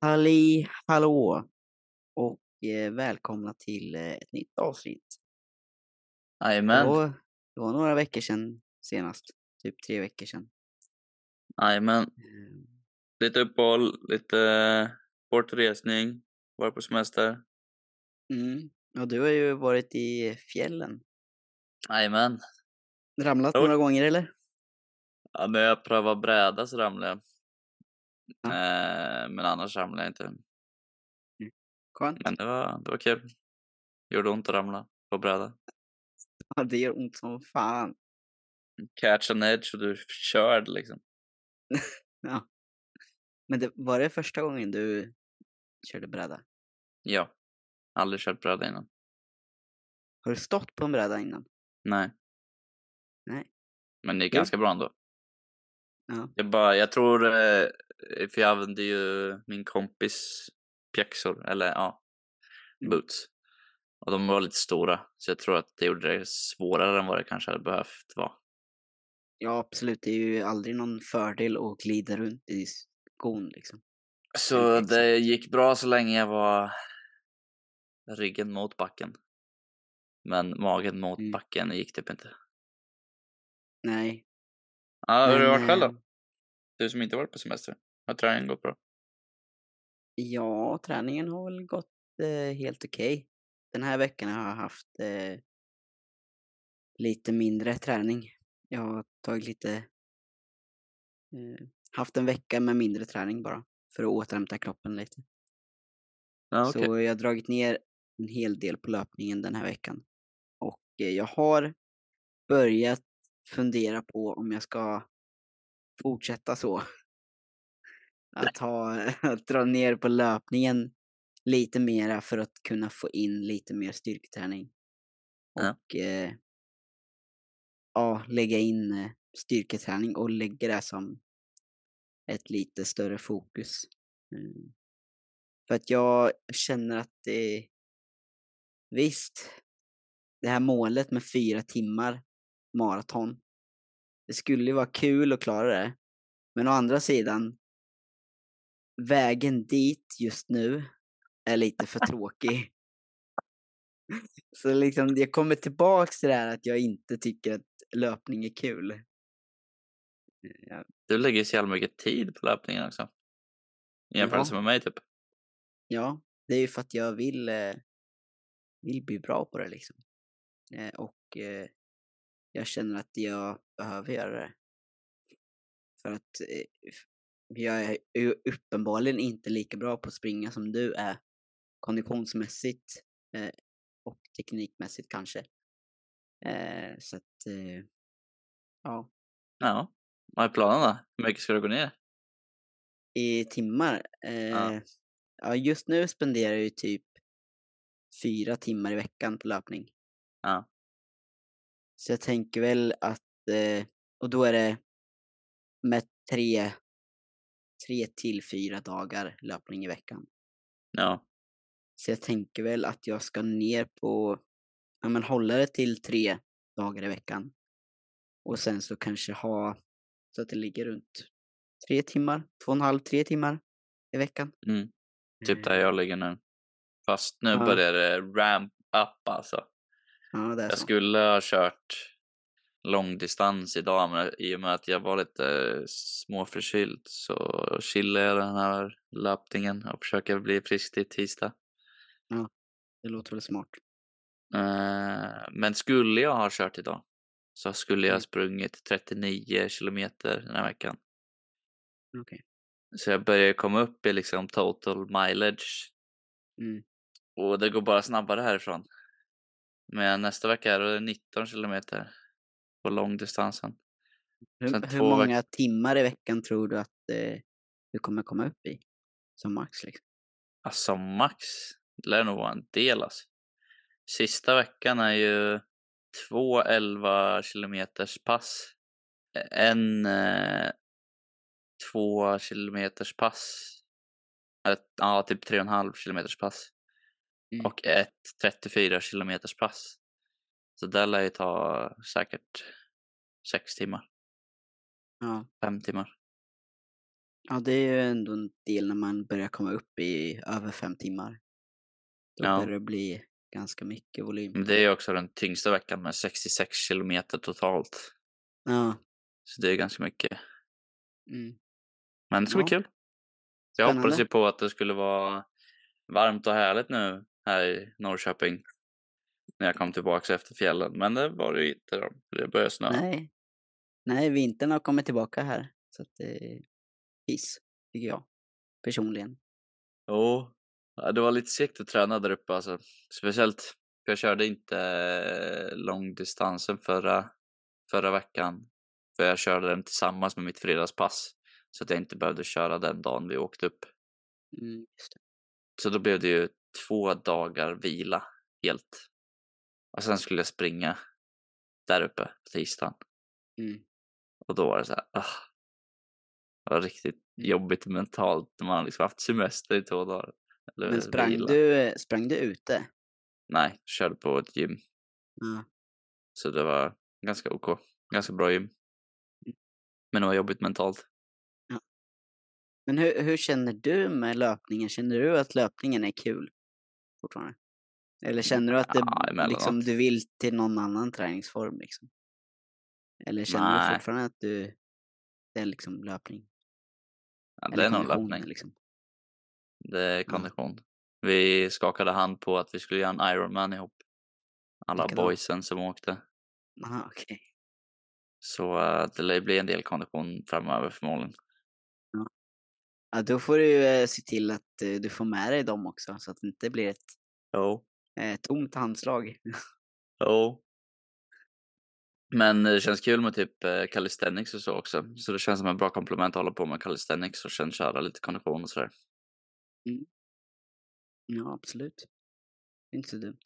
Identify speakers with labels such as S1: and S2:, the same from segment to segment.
S1: Halli hallå och eh, välkomna till eh, ett nytt avsnitt.
S2: Jajamän,
S1: Det, var, det var några veckor sedan senast, typ tre veckor sedan.
S2: jajamän.
S1: Eh,
S2: Lite uppehåll, lite eh, bortresning, varit på semester.
S1: Mm. Och du har ju varit i fjällen.
S2: Jajamän.
S1: Ramlat
S2: Jo.
S1: några gånger eller?
S2: Ja, när jag prövade bräda så ramlade jag.
S1: Ja.
S2: Eh, men annars ramlade jag inte.
S1: Skönt.
S2: Men det var, det var kul. Gjorde ont att ramla på bräda.
S1: Ja, det gör ont som fan.
S2: Catch an edge och du är körd liksom.
S1: Men det, var det första gången du körde bräda?
S2: Ja. Aldrig kört bräda innan.
S1: Har du stått på en bräda innan?
S2: Nej.
S1: Nej.
S2: Men det gick
S1: Jo.
S2: ganska bra ändå.
S1: Ja.
S2: Jag, bara, jag tror, eh, för jag använde ju min kompis pjäxor, eller ja,
S1: Mm.
S2: boots. Och de var lite stora, så jag tror att det gjorde det svårare än vad det kanske hade behövt vara.
S1: Ja, absolut. Det är ju aldrig någon fördel att glida runt i skon liksom.
S2: Så
S1: pjäxor.
S2: det gick bra så länge jag var ryggen mot backen. Men magen mot
S1: Mm.
S2: backen gick typ inte.
S1: Nej.
S2: Ja, hur har du
S1: men,
S2: varit själv
S1: eh,
S2: då? Du som inte varit på semester. Har träningen gått bra?
S1: Ja, träningen har väl gått eh, helt okej. Den här veckan har jag haft eh, lite mindre träning. Jag har tagit lite... Eh, haft en vecka med mindre träning bara. För att återhämta kroppen lite.
S2: Ja, okej.
S1: Så jag har dragit ner en hel del på löpningen den här veckan. Och eh, jag har börjat fundera på om jag ska fortsätta så. Att, ha, att dra ner på löpningen lite mera för att kunna få in lite mer styrketräning.
S2: Ja.
S1: Och eh, ja, lägga in eh, styrketräning och lägga det som ett lite större fokus. Mm. För att jag känner att det... Visst, det här målet med fyra timmar maraton. Det skulle ju vara kul att klara det. Men å andra sidan, vägen dit just nu är lite för tråkig. Så liksom, jag kommer tillbaks till det här att jag inte tycker att löpning är kul.
S2: Du lägger så jävla mycket tid på löpningen också. I jämförelse
S1: Ja.
S2: med mig typ.
S1: Ja, det är ju för att jag vill, eh, vill bli bra på det liksom. Eh, och eh, jag känner att jag behöver göra det. För att eh, f- jag är ju uppenbarligen inte lika bra på att springa som du är. Konditionsmässigt eh, och teknikmässigt kanske. Eh, så att, eh, ja.
S2: Ja. Vad är planen då? Hur mycket ska du gå ner?
S1: i timmar. Eh, ja. just nu spenderar jag ju typ fyra timmar i veckan på löpning.
S2: Ja.
S1: Så jag tänker väl att, eh, och då är det med tre, tre till fyra dagar löpning i veckan.
S2: Ja.
S1: Så jag tänker väl att jag ska ner på, ja men hålla det till tre dagar i veckan. Och sen så kanske ha, så att det ligger runt tre timmar, två och en halv, tre timmar i veckan.
S2: Mm. Typ där
S1: Eh,
S2: jag ligger nu. Fast nu
S1: Ja.
S2: börjar det ramp up alltså.
S1: Ja, det är
S2: Jag
S1: så.
S2: skulle ha kört långdistans idag men i och med att jag var lite småförkyld så chillar jag den här löpningen och försöker bli frisk till tisdag.
S1: Det låter väl smart.
S2: Eh, Men skulle jag ha kört idag så skulle jag
S1: Mm.
S2: ha sprungit 39 kilometer den här veckan.
S1: Okej.
S2: Så jag börjar komma upp i liksom total mileage.
S1: Mm.
S2: Och det går bara snabbare härifrån. Men nästa vecka är det 19 kilometer på långdistansen.
S1: Hur,
S2: Sen
S1: hur
S2: två veck-
S1: många timmar i veckan tror du att eh, du kommer komma upp i? Som max liksom.
S2: Alltså max, det lär nog vara en del alltså. Sista veckan är ju två 11 kilometers pass. En eh, två kilometers pass. Eller, ja, typ tre och en halv kilometers pass.
S1: Mm.
S2: Och ett 34 kilometers pass. Så det lär ju ta säkert sex timmar,
S1: Ja,
S2: fem timmar.
S1: Ja, det är ju ändå en del när man börjar komma upp i över fem timmar. Då
S2: Ja.
S1: börjar det bli ganska mycket volym.
S2: Men Det är ju också den tyngsta veckan med 66 kilometer totalt.
S1: Ja.
S2: Så det är ganska mycket.
S1: Mm.
S2: Men det ska bli
S1: Ja.
S2: kul. Jag hoppades
S1: Spännande.
S2: ju på att det skulle vara varmt och härligt nu här i Norrköping. När jag kom tillbaka efter fjällen. Men det var det ju inte. Då. Det började snöa.
S1: Nej. Nej, vintern har kommit tillbaka här. Så att det är piss, tycker jag. Personligen.
S2: Jo, ja, det var lite segt att träna där uppe alltså. Speciellt för jag körde inte eh, långdistansen förra, förra veckan. För jag körde den tillsammans med mitt fredagspass. Så att jag inte behövde köra den dagen vi åkte upp.
S1: Mm, just det.
S2: Så då blev det ju två dagar vila helt. Och sen skulle jag springa där uppe på tisdagen.
S1: Mm.
S2: Och då var det så här, ah. Det var riktigt jobbigt mentalt när man har liksom haft semester i två dagar. Eller
S1: Men sprang
S2: vila.
S1: du, eh, sprang du ute?
S2: Nej, körde på ett gym.
S1: Ja.
S2: Så det var ganska ok. Ganska bra gym. Men det var jobbigt mentalt.
S1: Men hur, hur känner du med löpningen? Känner du att löpningen är kul fortfarande? Eller känner du att det,
S2: Ja, emellanåt.
S1: liksom, du vill till någon annan träningsform? Liksom? Eller känner
S2: Nej.
S1: du fortfarande att du, det är liksom löpning?
S2: Ja, det
S1: Eller
S2: är nog
S1: kondition,
S2: löpning.
S1: Liksom.
S2: Det är kondition. Vi skakade hand på att vi skulle göra en Ironman ihop. Alla
S1: Vilka då?
S2: boysen som åkte.
S1: Aha, okej.
S2: Så eh, det lär ju bli en del kondition framöver förmodligen.
S1: Ja, då får du eh, se till att eh, du får med dig dem också så att det inte blir ett
S2: Jo.
S1: eh, tomt handslag.
S2: Jo. Men det känns kul med typ eh, calisthenics och så också. Så det känns som en bra komplement att hålla på med calisthenics och sen köra lite kondition och sådär.
S1: Ja, absolut. Det är inte så dumt.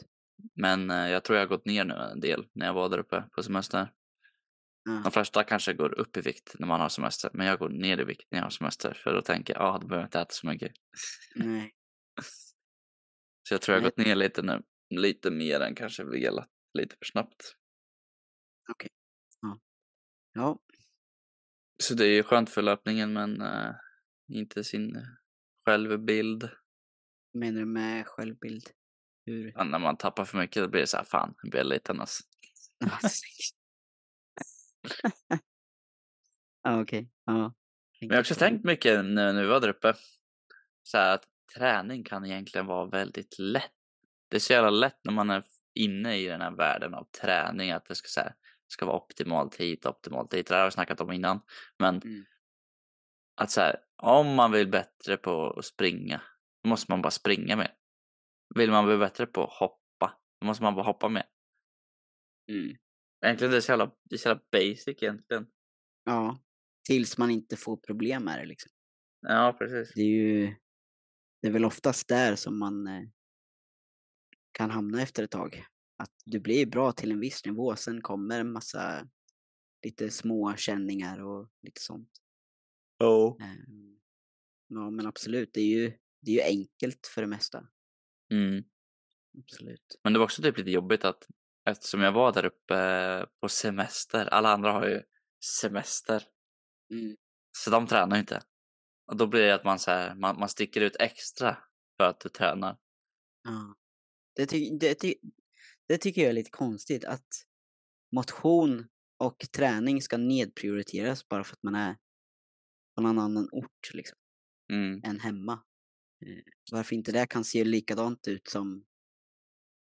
S2: Men eh, jag tror jag har gått ner nu en del när jag var där uppe på semester. De
S1: Ja,
S2: flesta kanske går upp i vikt när man har semester, men jag går ner i vikt när jag har semester. För då tänker jag, ah, då behöver jag inte äta så mycket.
S1: nej.
S2: Så jag tror jag har
S1: Nej.
S2: gått ner lite nu. Lite mer än kanske velat. Lite för snabbt.
S1: Ja,
S2: Så det är ju skönt för löpningen, men eh, inte sin självbild.
S1: menar du med självbild? Hur?
S2: Ja, när man tappar för mycket då blir det så här, fan, jag blir liten alltså.
S1: ja, okej. Ja.
S2: Men jag har också tänkt mycket nu när vi var där uppe. Så här, att träning kan egentligen vara väldigt lätt. Det är så jävla lätt när man är inne i den här världen av träning. Att det ska, så här, ska vara optimalt hit, optimalt dit. Det här har jag snackat om innan. Men
S1: Mm.
S2: att så här, om man vill bättre på att springa. Då måste man bara springa mer. Vill man bli bättre på att hoppa. Då måste man bara hoppa mer.
S1: Mm.
S2: Egentligen det är så jävla, det är så jävla basic egentligen.
S1: Ja, tills man inte får problem med det liksom.
S2: Ja, precis.
S1: Det är ju, det är väl oftast där som man eh, kan hamna efter ett tag. Att du blir bra till en viss nivå, sen kommer en massa lite små känningar och lite sånt.
S2: Oh.
S1: Ehm, Ja men absolut, det är ju, det är ju enkelt för det mesta.
S2: Mm.
S1: Absolut.
S2: Men det var också typ lite jobbigt att eftersom jag var där uppe på semester, alla andra har ju semester,
S1: Mm.
S2: så de tränar ju inte. Och då blir det att man, så här, man, man sticker ut extra för att du tränar.
S1: Ja. Det, ty- det, ty- det tycker jag är lite konstigt att motion och träning ska nedprioriteras bara för att man är på någon annan ort liksom,
S2: Mm.
S1: än hemma. Eh, Varför inte det kan se likadant ut som,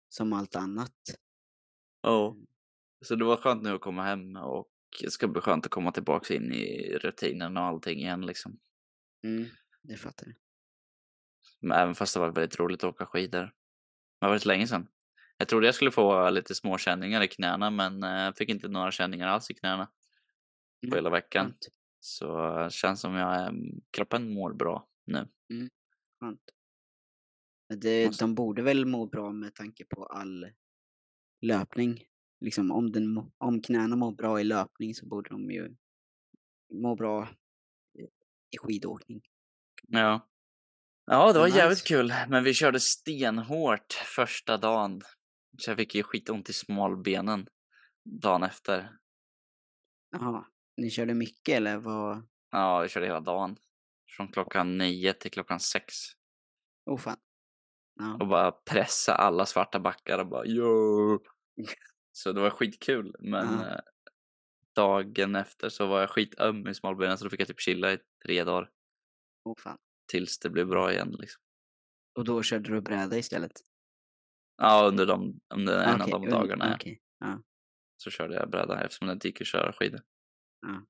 S1: som allt annat.
S2: Oh. Så det var skönt nu att komma hem och det ska bli skönt att komma tillbaka in i rutinen och allting igen liksom.
S1: Mm, det fattar jag.
S2: Men även fast det var väldigt roligt att åka skidor. Men Det var väldigt länge sedan. Jag trodde jag skulle få lite små känningar i knäna men eh, jag fick inte några känningar alls i knäna på
S1: Mm.
S2: hela veckan.
S1: Skönt.
S2: Så eh, känns som jag, är- kroppen mår bra nu.
S1: Skönt. Men Det,
S2: Måste-
S1: de borde väl må bra med tanke på all löpning. Liksom om, den, må- om knäna mår bra i löpning så borde de ju må bra i- i skidåkning.
S2: Ja. Ja, det
S1: Men
S2: var jävligt
S1: nice.
S2: kul. Men vi körde stenhårt första dagen. Så jag fick ju skitont i smalbenen dagen efter.
S1: Jaha, ni körde mycket eller vad?
S2: Ja, vi körde hela dagen. Från klockan nio till klockan sex.
S1: Oh fan. Ja.
S2: Och bara pressa alla svarta backar och bara yo. Så det var skitkul. Men
S1: Ja.
S2: eh, dagen efter så var jag skitöm i smalbenen så då fick jag typ chilla i tre dagar.
S1: Oh fan.
S2: Tills det blev bra igen. Liksom.
S1: Och då körde du bräda istället? Ah,
S2: Ja, under, de, under en av
S1: Okej,
S2: de
S1: un-
S2: dagarna ja.
S1: okej.
S2: så körde jag bräda eftersom det inte gick att köra skidor.
S1: Ja.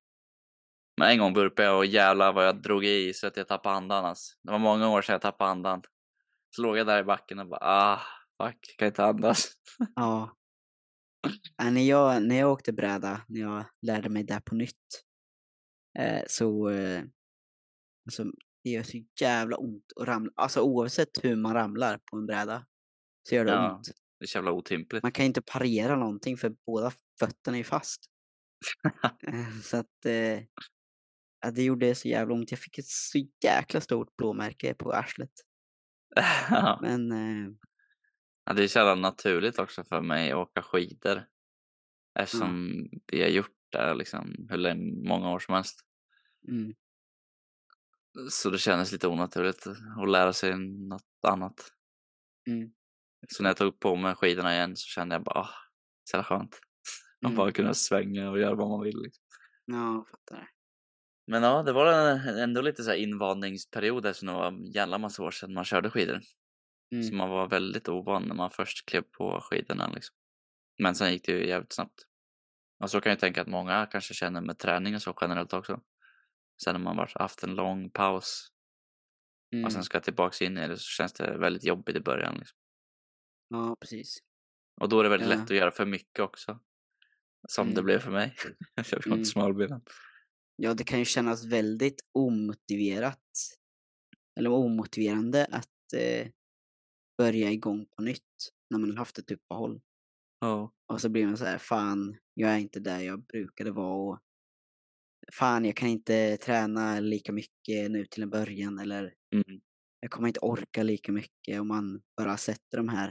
S2: Men en gång burpade jag och jävlar vad jag drog i så att jag tappade andan. Alltså. Det var många år sedan jag tappade andan. Så låg jag där i backen och bara ah, fuck, kan inte andas.
S1: Ja. ja när, jag, när jag åkte bräda, när jag lärde mig det här på nytt, eh, så eh, alltså, det gör så jävla ont att ramla. Alltså oavsett hur man ramlar på en bräda så gör det
S2: Ja.
S1: ont.
S2: Det är så jävla otympligt.
S1: Man kan ju inte parera någonting för båda fötterna är ju fast. Eh, så att eh, ja, det gjorde så jävla ont. Jag fick ett så jäkla stort blåmärke på arslet.
S2: ja,
S1: Men eh,
S2: det är så jävla naturligt också för mig att åka skidor. Eftersom vi har gjort det liksom, hur länge, många år som helst.
S1: mm,
S2: Så det kändes lite onaturligt att lära sig något annat.
S1: Mm.
S2: Så när jag tog på mig skidorna igen så kände jag bara, ah, så jävla skönt. Man
S1: Mm.
S2: bara kunna svänga och göra vad man vill. Liksom.
S1: ja, jag fattar.
S2: Men ja, det var en- ändå lite så här invandringsperiod eftersom det var en jävla massa år sedan man körde skidor. Så
S1: Mm.
S2: man var väldigt ovan när man först klev på skidorna. Liksom. Men sen gick det ju jävligt snabbt. Och så kan jag tänka att många kanske känner med träning och så generellt också. Sen när man varit haft en lång paus
S1: Mm.
S2: och sen ska tillbaks in i det så känns det väldigt jobbigt i början. Liksom.
S1: Ja, precis.
S2: Och då är det väldigt
S1: Ja.
S2: lätt att göra för mycket också. Som det
S1: Mm.
S2: blev för mig. jag fick
S1: Mm.
S2: ont i smalbenen.
S1: Ja, det kan ju kännas väldigt omotiverat eller omotiverande att eh, börja igång på nytt när man har haft ett uppehåll.
S2: Ja.
S1: Och så blir man så här, fan, jag är inte där jag brukade vara och fan, jag kan inte träna lika mycket nu till en början eller
S2: Mm.
S1: jag kommer inte orka lika mycket om man bara sätter de här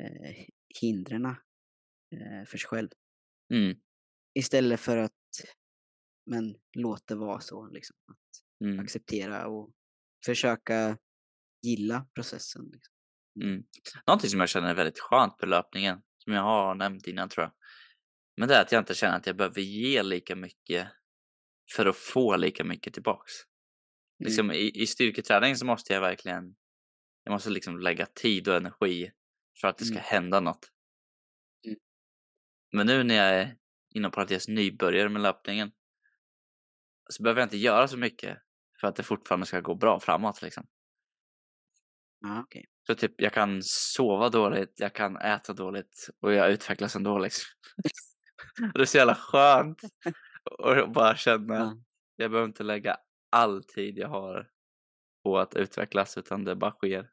S1: eh, hindren eh, för sig själv.
S2: Mm.
S1: Istället för att men låt det vara så liksom. Att
S2: Mm.
S1: acceptera och försöka gilla processen. Liksom.
S2: Mm. Någonting som jag känner är väldigt skönt på löpningen, som jag har nämnt innan tror jag. Men det är att jag inte känner att jag behöver ge lika mycket för att få lika mycket tillbaks.
S1: Mm.
S2: Liksom, i, I styrketräning så måste jag verkligen jag måste liksom lägga tid och energi för att det ska
S1: Mm.
S2: hända något.
S1: Mm.
S2: Men nu när jag är inom parentes nybörjare med löpningen så behöver jag inte göra så mycket för att det fortfarande ska gå bra framåt. Liksom.
S1: Ja, okej.
S2: Så typ, jag kan sova dåligt, jag kan äta dåligt och jag utvecklas ändå liksom. och det är så jävla skönt att bara känna
S1: Ja.
S2: att jag behöver inte lägga all tid jag har på att utvecklas utan det bara sker.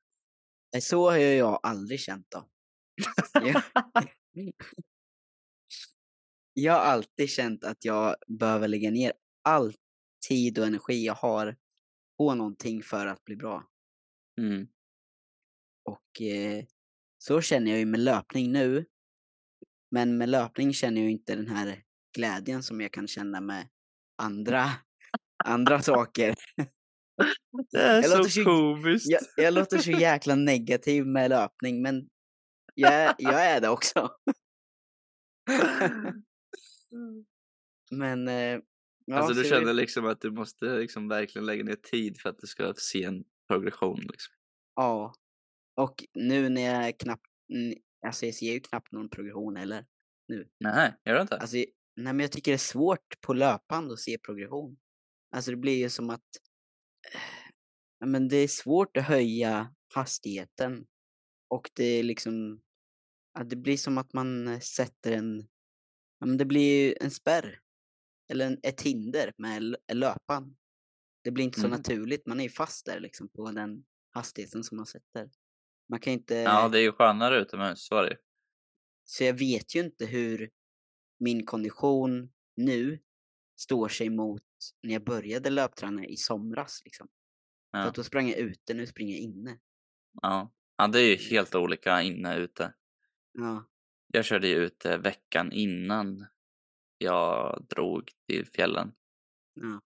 S1: Nej, Så har ju jag aldrig känt då. jag, jag har alltid känt att jag behöver lägga ner all tid och energi jag har på någonting för att bli bra.
S2: Mm.
S1: Och eh, så känner jag ju med löpning nu. Men med löpning känner jag ju inte den här glädjen som jag kan känna med andra, andra saker.
S2: Det är
S1: Jag
S2: så
S1: låter så-
S2: komiskt.
S1: Jag, jag låter så jäkla negativ med löpning men jag, är- jag är det också. Men... Eh, ja,
S2: Mm. alltså
S1: så
S2: du
S1: jag är-
S2: känner liksom att du måste liksom verkligen lägga ner tid för att du ska se en progression. Liksom.
S1: Ja. Och nu när jag knappt... n- Alltså jag ser ju knappt någon progression heller.
S2: Nej, gör du inte?
S1: Alltså, jag- nej men jag tycker det är svårt på löpband att se progression. Alltså det blir ju som att... Ja, men det är svårt att höja hastigheten. Och det är liksom... Ja, det blir som att man eh, sätter en... Ja, men det blir ju en spärr. Eller en, ett hinder med l- löpan. Det blir inte så
S2: Mm.
S1: naturligt. Man är ju fast där liksom på den hastigheten som man sätter. Man kan inte...
S2: ja, det är ju skönare utomhus, så är det ju.
S1: Så jag vet ju inte hur min kondition nu står sig mot när jag började löpträna i somras. Liksom.
S2: Ja.
S1: För att då sprang jag ute, nu springer jag inne.
S2: Ja. ja, det är ju helt olika inne och ute.
S1: Ja,
S2: Jag körde ju ute veckan innan jag drog till fjällen.
S1: Ja.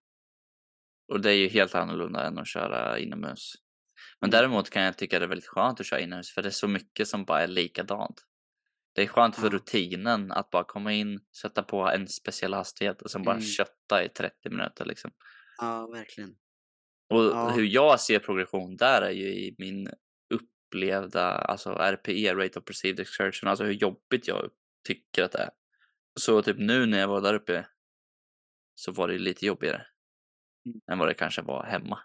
S2: Och det är ju helt annorlunda än att köra inomhus. Men
S1: Mm.
S2: däremot kan jag tycka det är väldigt skönt att köra inomhus för det är så mycket som bara är likadant. Det är skönt för
S1: Ja.
S2: rutinen att bara komma in, sätta på en speciell hastighet och sen bara
S1: Mm.
S2: kötta i 30 minuter liksom.
S1: Ja, verkligen.
S2: Och
S1: Ja.
S2: hur jag ser progression där är ju i min upplevda, alltså RPE, Rate of Perceived Exertion, alltså hur jobbigt jag tycker att det är. Så typ nu när jag var där uppe så var det ju lite jobbigare
S1: Mm.
S2: än vad det kanske var hemma.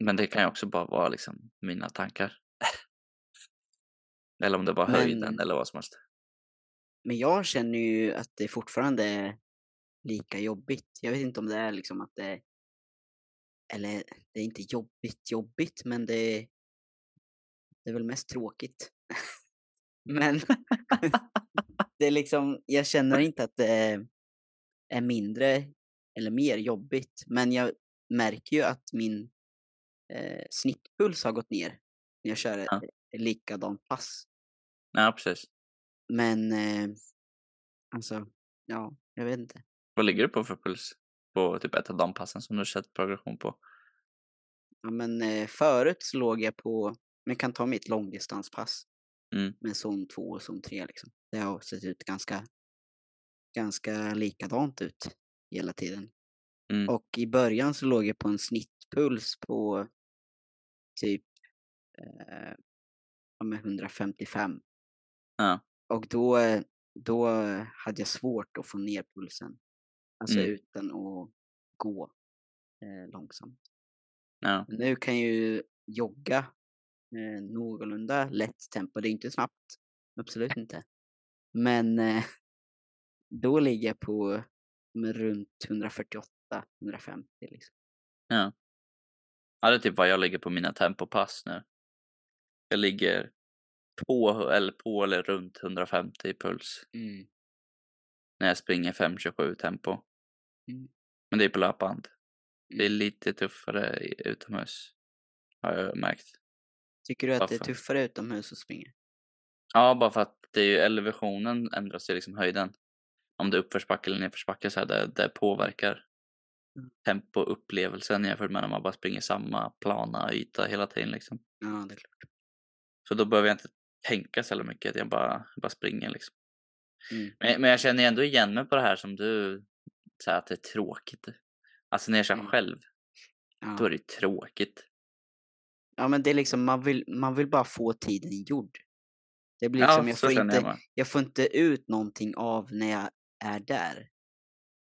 S2: Men det kan ju också bara vara liksom mina tankar. eller om det var
S1: Men-
S2: höjden eller vad som helst.
S1: Men jag känner ju att det fortfarande är lika jobbigt. Jag vet inte om det är liksom att det... Eller det är inte jobbigt jobbigt, men det... Det är väl mest tråkigt. men det är liksom, jag känner inte att det är mindre eller mer jobbigt. Men jag märker ju att min eh, snittpuls har gått ner när jag kör
S2: Ja.
S1: ett likadant pass.
S2: Ja, precis.
S1: Men eh, alltså, ja, jag vet inte.
S2: Vad ligger du på för puls? På typ ett av de passen som du sett progression på?
S1: Ja, men eh, förut så låg jag på, man kan ta mitt långdistanspass
S2: Mm.
S1: med zon 2 och zon 3 liksom. Det har sett ut ganska, ganska likadant ut hela tiden.
S2: Mm.
S1: Och i början så låg jag på en snittpuls på typ eh, ja, men 155.
S2: Ja.
S1: Och då, eh, då hade jag svårt att få ner pulsen. Alltså
S2: Mm.
S1: utan att gå eh, långsamt.
S2: Ja.
S1: Men Nu kan jag ju jogga eh, någorlunda lätt tempo. Det är inte snabbt, absolut inte. Men eh, då ligger jag på men runt 148-150. Liksom.
S2: Ja, det är typ vad jag ligger på mina tempopass nu. Jag ligger på eller, på eller runt 150 i puls när jag springer 5.27 tempo.
S1: Mm.
S2: Men det är på löpband. Det är
S1: Mm.
S2: lite tuffare i- utomhus. Har jag märkt.
S1: Tycker du att det är
S2: Varför?
S1: tuffare utomhus att springa?
S2: Ja, bara för att det är ju elevationen ändras ju liksom höjden. Om det är uppförsbacke eller nedförsbacke så här, det, det påverkar
S1: Mm.
S2: tempo och upplevelsen jämfört med när man bara springer samma plana yta hela tiden liksom.
S1: Ja, det är klart.
S2: Så då behöver jag inte tänka så jävla mycket, jag bara, jag bara springer liksom.
S1: Mm.
S2: Men, men jag känner ju ändå igen mig på det här som du säger att det är tråkigt. Alltså när jag kör
S1: Mm.
S2: själv, då är
S1: Ja.
S2: det ju tråkigt.
S1: ja, men det är liksom, man vill, man vill bara få tiden gjord. Det blir liksom,
S2: Ja,
S1: jag,
S2: så
S1: får
S2: känner jag
S1: inte,
S2: med.
S1: jag får inte ut någonting av när jag är där.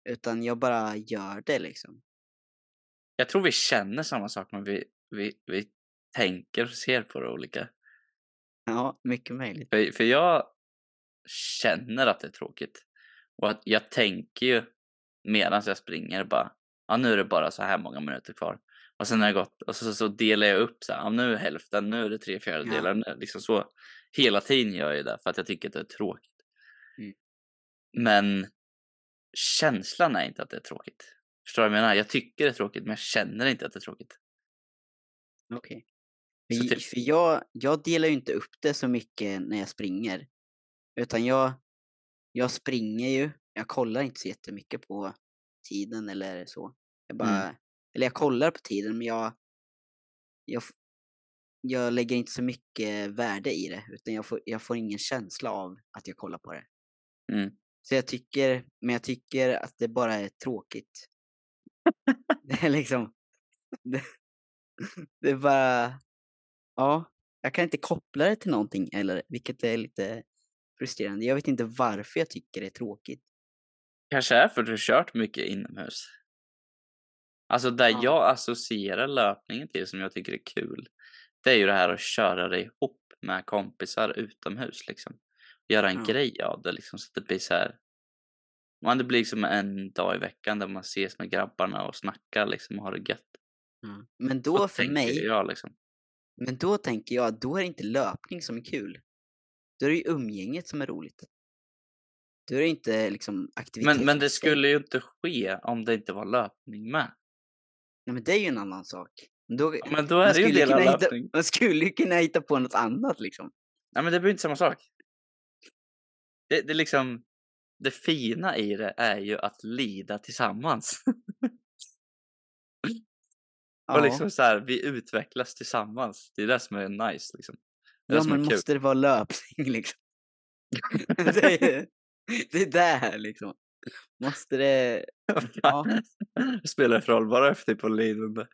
S1: Utan jag bara gör det liksom.
S2: Jag tror vi känner samma sak men vi, vi, vi tänker och ser på det olika.
S1: Ja, mycket möjligt.
S2: För, för jag känner att det är tråkigt. Och att jag tänker ju medan jag springer bara, ja nu är det bara så här många minuter kvar. Och sen har jag gått, och så, så, så delar jag upp så här, ja, nu är hälften, nu är det tre fjärdedelar, nu- liksom så. Hela tiden gör jag det för att jag tycker att det är tråkigt.
S1: Mm.
S2: Men känslan är inte att det är tråkigt. Förstår du vad jag menar? Jag tycker det är tråkigt men jag känner inte att det är tråkigt.
S1: Okej.
S2: Så
S1: För,
S2: typ-
S1: för jag, jag delar ju inte upp det så mycket när jag springer. Utan jag, jag springer ju. Jag kollar inte så jättemycket på tiden eller så. Jag
S2: Mm.
S1: bara, Eller jag kollar på tiden men jag, jag, f- jag lägger inte så mycket värde i det. Utan jag får, jag får ingen känsla av att jag kollar på det.
S2: Mm.
S1: Så jag tycker, men jag tycker att det bara är tråkigt. Det är liksom, det, det är bara, ja, jag kan inte koppla det till någonting eller vilket är lite frustrerande. Jag vet inte varför jag tycker det är tråkigt.
S2: Kanske är för att du har kört mycket inomhus. Alltså där
S1: Ja.
S2: jag associerar löpningen till som jag tycker är kul. Det är ju det här att köra dig ihop med kompisar utomhus liksom. Göra en
S1: Ja.
S2: grej av det liksom så att det blir så här. Man, det blir liksom en dag i veckan där man ses med grabbarna och snackar liksom och har det gött.
S1: Men
S2: Så
S1: då för
S2: Mm. tänker
S1: mig,
S2: jag liksom.
S1: men då tänker jag att då är det inte löpning som är kul. Då är det ju umgänget som är roligt. Då är det inte liksom aktivitet.
S2: Men, men
S1: i
S2: det
S1: sig.
S2: skulle ju inte ske om det inte var löpning med.
S1: Nej, men det är ju en annan sak. Men Då,
S2: Ja, Men då är
S1: man,
S2: det ju en
S1: skulle
S2: del av
S1: kunna hitta,
S2: löpning.
S1: man skulle ju kunna hitta på något annat liksom.
S2: Nej men det blir inte samma sak. Det, det är liksom, det fina i det är ju att lida tillsammans. Och liksom så här, vi utvecklas tillsammans. Det är det som är nice liksom. Det är
S1: ja
S2: det som
S1: men
S2: är kul.
S1: måste det vara löpning liksom? det, är, det är där liksom. Måste det... Ja.
S2: Det spelar det för typ roll? Bara efter på linjen.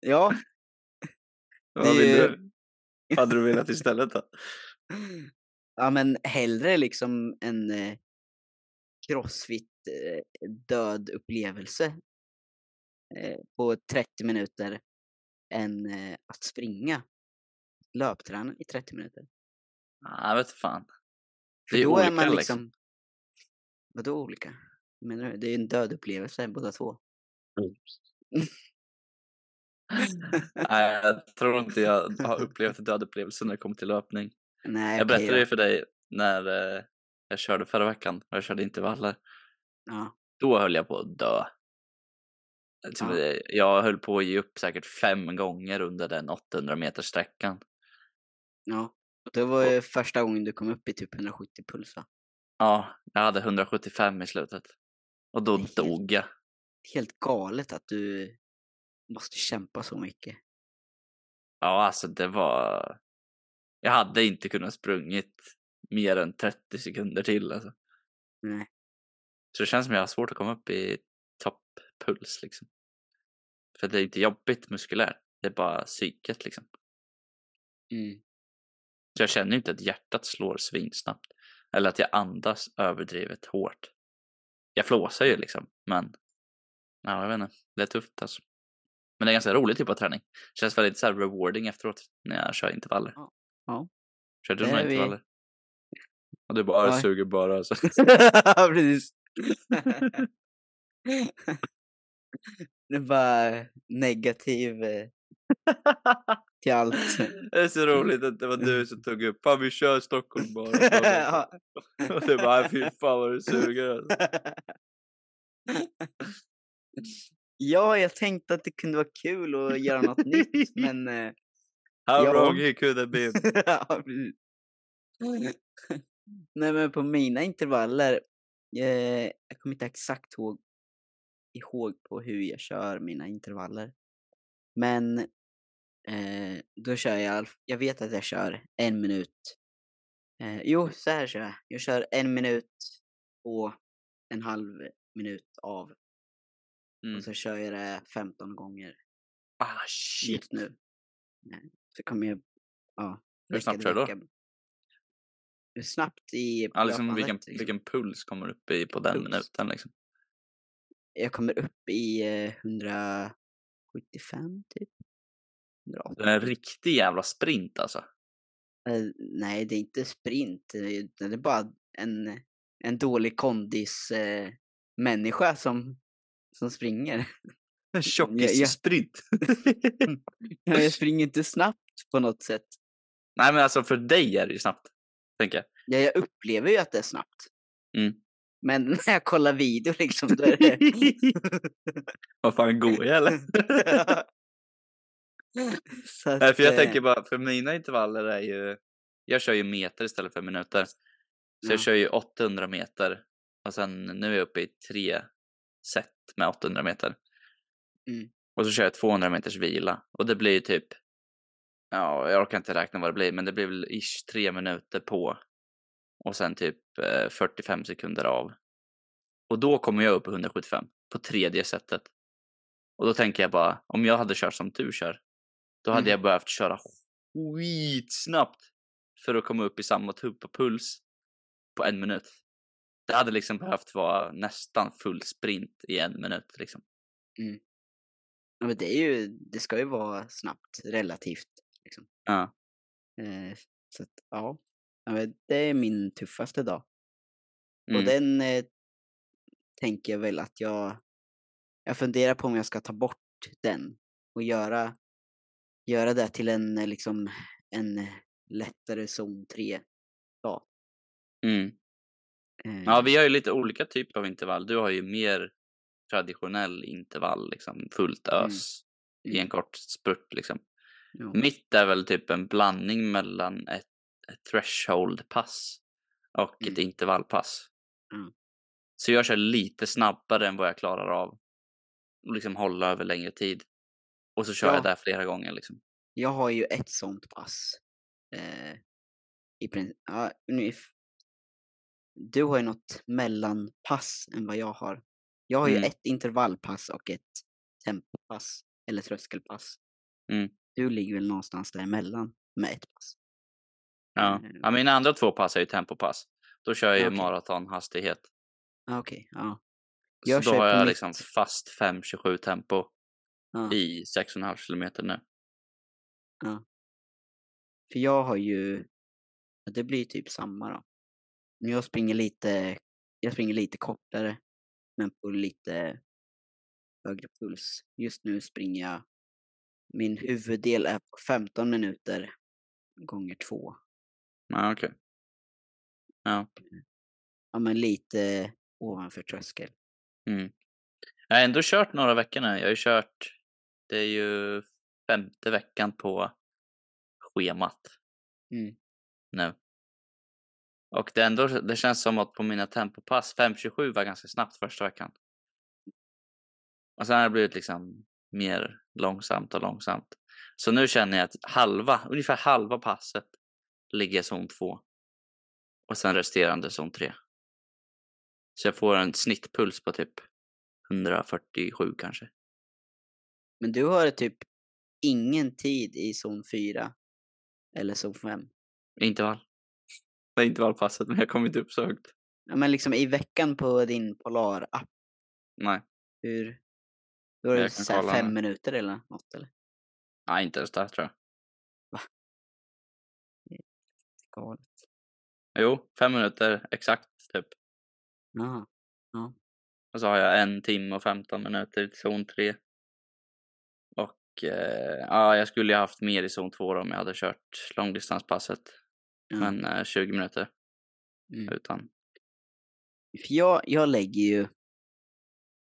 S1: Ja,
S2: Vad
S1: Det
S2: vill
S1: är-
S2: du? Vad hade du velat istället då?
S1: ja men hellre liksom en eh, crossfit eh, död upplevelse eh, på 30 minuter än eh, att springa löpträna i 30 minuter.
S2: Nej, jag vet fan.
S1: För
S2: Det är
S1: då
S2: olika
S1: är man
S2: liksom.
S1: liksom... Vadå olika? Vad Menar du? Det är ju en död upplevelse båda två.
S2: Nej, jag tror inte jag har upplevt en död upplevelse när det kommer till löpning.
S1: Nej,
S2: Jag
S1: okej
S2: berättade
S1: då.
S2: ju för dig när eh, jag körde förra veckan och jag körde intervaller.
S1: Ja.
S2: Då höll jag på att dö. Jag tror
S1: Ja.
S2: det- Jag höll på att ge upp säkert fem gånger under den 800 meters sträckan.
S1: Ja, och det var ju första gången du kom upp i typ 170 puls va?
S2: Ja, jag hade 175 i slutet. Och då
S1: Det är helt-
S2: dog jag.
S1: Helt galet att du måste kämpa så mycket.
S2: Ja, alltså det var... Jag hade inte kunnat sprungit mer än 30 sekunder till. Alltså.
S1: Nej.
S2: Så det känns som jag har svårt att komma upp i topppuls. Liksom. För det är inte jobbigt muskulärt. Det är bara psyket liksom.
S1: Mm.
S2: Så jag känner ju inte att hjärtat slår svinsnabbt. Eller att jag andas överdrivet hårt. Jag flåsar ju liksom, men... Ja, jag vet inte. Det är tufft alltså. Men det är ganska rolig typ av träning. Känns väldigt så här rewarding efteråt när jag kör intervaller.
S1: Ja. Ja. Det
S2: Körde du några
S1: är vi-
S2: intervaller? Och du bara,
S1: Ja.
S2: jag suger bara. Alltså.
S1: Precis. det är bara negativ eh, till allt.
S2: det är så roligt att det var du som tog upp, fan vi kör Stockholm bara. bara.
S1: Ja.
S2: Och du bara, fy fan vad du suger alltså.
S1: ja, jag tänkte att det kunde vara kul att göra något nytt, men... eh,
S2: How
S1: Ja.
S2: wrong he could have been.
S1: Ja, precis. Nej men på mina intervaller, eh, jag kommer inte exakt ihåg, ihåg på hur jag kör mina intervaller. Men eh, då kör jag, i alla f- jag vet att jag kör en minut. Eh, jo, så här kör jag. Jag kör en minut och en halv minut av.
S2: Mm.
S1: Och så kör jag det 15 gånger
S2: Ah shit.
S1: just nu. Eh, Så kommer jag, ja.
S2: Hur snabbt
S1: vecka
S2: kör
S1: till
S2: du då?
S1: vecka. Hur snabbt i
S2: Ja, liksom,
S1: löpbandet,
S2: vilken,
S1: liksom.
S2: vilken puls kommer upp i på den
S1: Puls.
S2: minuten? Liksom.
S1: Jag kommer upp i eh, 175 typ. 180.
S2: Det är en riktig jävla sprint alltså.
S1: Eh, Nej, det är inte sprint. eh, utan Det är bara en, en dålig kondis eh, människa som, som springer.
S2: En
S1: ja.
S2: tjockis-sprint.
S1: Jag springer inte snabbt på något sätt.
S2: Nej men alltså för dig är det ju snabbt. Tänker jag.
S1: Ja, jag upplever ju att det är snabbt.
S2: Mm.
S1: Men när jag kollar video liksom, då är det...
S2: Vad fan går jag eller?
S1: Så att,
S2: Nej, för jag
S1: eh,
S2: tänker bara, för mina intervaller är ju, jag kör ju meter istället för minuter. Så jag
S1: Ja.
S2: kör ju 800 meter och sen nu är jag uppe i tre set med 800 meter.
S1: Mm.
S2: Och så kör jag 200 meters vila och det blir ju typ, ja jag orkar inte räkna vad det blir men det blir väl ish tre minuter på och sen typ eh, 45 sekunder av. Och då kommer jag upp i 175 på tredje setet. Och då tänker jag bara, om jag hade kört som du kör, då hade
S1: Mm.
S2: jag behövt köra skitsnabbt för att komma upp i samma typ av puls på en minut. Det hade liksom behövt vara nästan full sprint i en minut. Liksom.
S1: Ja, men det, är ju, det ska ju vara snabbt, relativt. Liksom.
S2: Ja.
S1: Eh, så att, ja. ja men det är min tuffaste dag.
S2: Mm.
S1: Och den eh, tänker jag väl att jag... Jag funderar på om jag ska ta bort den och göra, göra det till en, eh, liksom, en eh, lättare zon 3.
S2: Mm.
S1: Eh,
S2: Ja, vi har ju lite olika typer av intervall. Du har ju mer traditionell intervall, liksom fullt
S1: Mm.
S2: ös i
S1: Mm.
S2: en kort spurt. Liksom.
S1: ja.
S2: Mitt är väl typ en blandning mellan ett, ett threshold-pass och ett
S1: Mm.
S2: intervallpass.
S1: Mm.
S2: Så jag kör lite snabbare än vad jag klarar av. och liksom hålla över längre tid. Och så kör
S1: Ja.
S2: jag där flera gånger liksom.
S1: Jag har ju ett sånt pass. Eh, i princip, ja, nu, if, du har ju något mellanpass än vad jag har. Jag har ju
S2: Mm.
S1: ett intervallpass och ett tempopass eller tröskelpass.
S2: Mm.
S1: Du ligger väl någonstans däremellan med ett pass.
S2: Ja.
S1: Mm.
S2: Ja, mina andra två pass är ju tempopass. Då kör jag ju
S1: Okej.
S2: maratonhastighet.
S1: Ah, Okej, ja.
S2: Så
S1: Jag kör
S2: då har
S1: på
S2: jag
S1: mitt-
S2: liksom fast 5.27 tempo
S1: ja.
S2: i 6,5 kilometer nu.
S1: För jag har ju, ja, det blir typ samma då. Men jag springer lite, jag springer lite kortare, men på lite högre puls. Just nu springer jag, min huvuddel är på 15 minuter gånger två.
S2: Ja, okej.
S1: Ja men lite ovanför tröskel.
S2: Mm. Jag har ändå kört några veckor nu. Jag har ju kört, det är ju femte veckan på schemat
S1: Mm.
S2: nu. Och det, är ändå, det känns som att på mina tempopass, 5.27 var ganska snabbt första veckan. Och sen har det blivit liksom mer långsamt och långsamt. Så nu känner jag att halva, ungefär halva passet ligger i zon 2. Och sen resterande zon 3. Så jag får en snittpuls på typ 147 kanske.
S1: Men du har typ ingen tid i zon 4 eller zon 5.
S2: Intervall. Det är intervallpasset, men jag kommer inte upp så högt.
S1: Ja men liksom i veckan på din Polar-app,
S2: Nej,
S1: hur? Då har du
S2: Jag kan
S1: så här
S2: kolla
S1: fem
S2: nu.
S1: minuter eller något eller?
S2: nej inte ens där tror jag.
S1: Galet.
S2: Jo, fem minuter exakt typ.
S1: Jaha.
S2: Och så har jag en timme och 15 minuter i zon 3. Och eh, ja, jag skulle ju haft mer i zon 2 då om jag hade kört långdistanspasset.
S1: Ja.
S2: Men eh, 20 minuter
S1: Mm.
S2: utan.
S1: För jag, jag lägger ju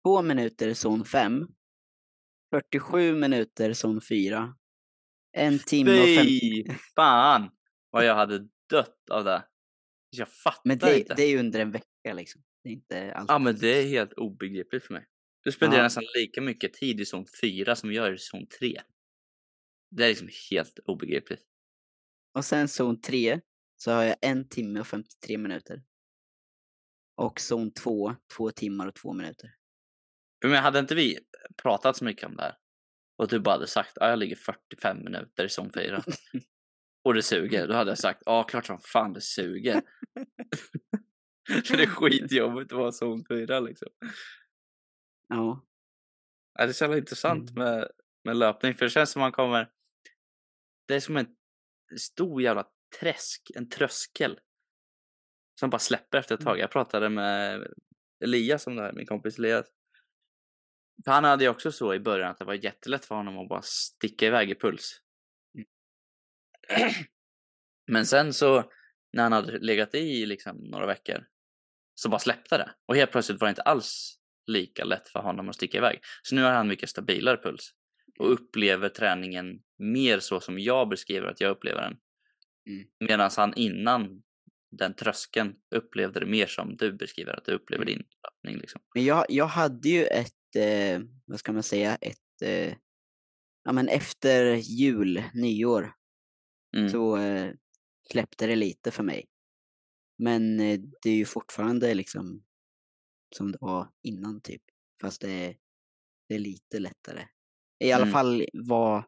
S1: två minuter zon 5, 47 minuter zon 4, en timme och fem...
S2: Fy fan vad jag hade dött av det. Jag fattar
S1: Men det,
S2: inte.
S1: det är ju under en vecka liksom. Det är inte alls.
S2: Ja, men det är helt obegripligt för mig. Du spenderar
S1: Ja.
S2: nästan lika mycket tid i zon 4 som jag gör i zon 3. Det är liksom helt obegripligt.
S1: Och sen zon 3 så har jag en timme och 53 minuter. Och zon 2, två timmar och två minuter.
S2: För men hade inte vi pratat så mycket om det här och du bara hade sagt att jag ligger 45 minuter i zon 4 och det suger, då hade jag sagt ja, klart som fan det suger. för det är skitjobbigt att vara i zon 4 liksom.
S1: Ja,
S2: Ja, det är så jävla intressant
S1: Mm.
S2: med, med löpning för det känns som man kommer. Det är som en stor jävla träsk, en tröskel. Som bara släpper efter ett tag. Jag pratade med Elias om det här, min kompis Elias. För han hade ju också så i början att det var jättelätt för honom att bara sticka iväg i puls. Men sen så när han hade legat i liksom några veckor så bara släppte det. Och helt plötsligt var det inte alls lika lätt för honom att sticka iväg. Så nu har han mycket stabilare puls och
S1: Mm.
S2: upplever träningen mer så som jag beskriver att jag upplever den.
S1: Mm.
S2: Medan han innan den tröskeln upplevde det mer som du beskriver att du upplever
S1: Mm.
S2: din löpning. Liksom.
S1: men jag, jag hade ju ett, eh, vad ska man säga, ett, eh, ja men efter jul, nyår,
S2: Mm.
S1: så eh, släppte det lite för mig. Men eh, det är ju fortfarande liksom som det var innan typ. Fast det, det är lite lättare. I alla
S2: Mm.
S1: fall vad,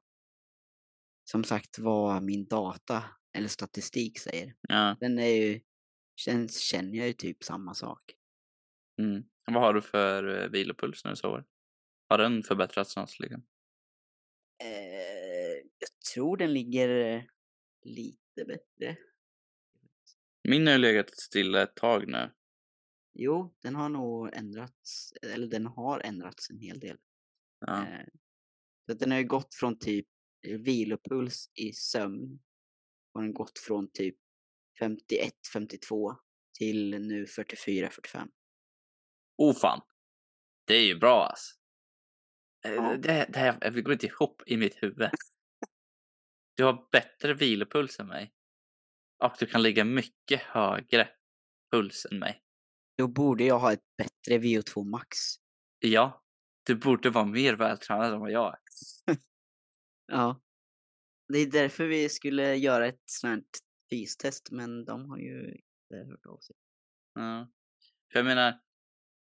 S1: som sagt vad min data eller statistik säger.
S2: Ja.
S1: Den är ju, känns, känner jag ju typ samma sak.
S2: Mm. Vad har du för eh, vilopuls när du sover? Har den förbättrats någonsin?
S1: Eh, jag tror den ligger eh, lite bättre.
S2: Min har ju legat stilla ett tag nu.
S1: Jo, den har nog ändrats, eller den har ändrats en hel del.
S2: Ja.
S1: Eh, Så att den har ju gått från typ eh, vilopuls i sömn. Har den gått från typ 51, 52 till nu 44, 45.
S2: Oh fan. Det är ju bra ass. Eh,
S1: Ja.
S2: Det, det här det går inte ihop i mitt huvud. Du har bättre vilopuls än mig. Och du kan ligga mycket högre puls än mig.
S1: Då borde jag ha ett bättre VO2 max.
S2: Ja, Du borde vara mer vältränad än vad jag är.
S1: Ja. Det är därför vi skulle göra ett sånt här fystest, men de har ju inte hört av sig.
S2: Ja. För jag menar,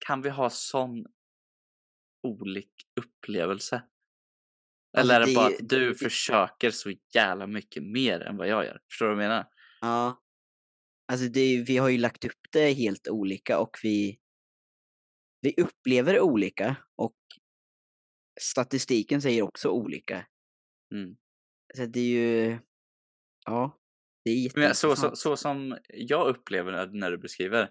S2: kan vi ha sån olik upplevelse? Eller är
S1: Alltså,
S2: det
S1: det är
S2: bara
S1: ju-
S2: att du
S1: det-
S2: försöker så jävla mycket mer än vad jag gör? Förstår du vad jag menar?
S1: Ja. Alltså det, är ju- vi har ju lagt upp det helt olika och vi, vi upplever det olika och statistiken säger också olika.
S2: Mm.
S1: Så det är ju, ja, det är
S2: Men så,
S1: jätteintressant.
S2: så, så som jag upplever när, när du beskriver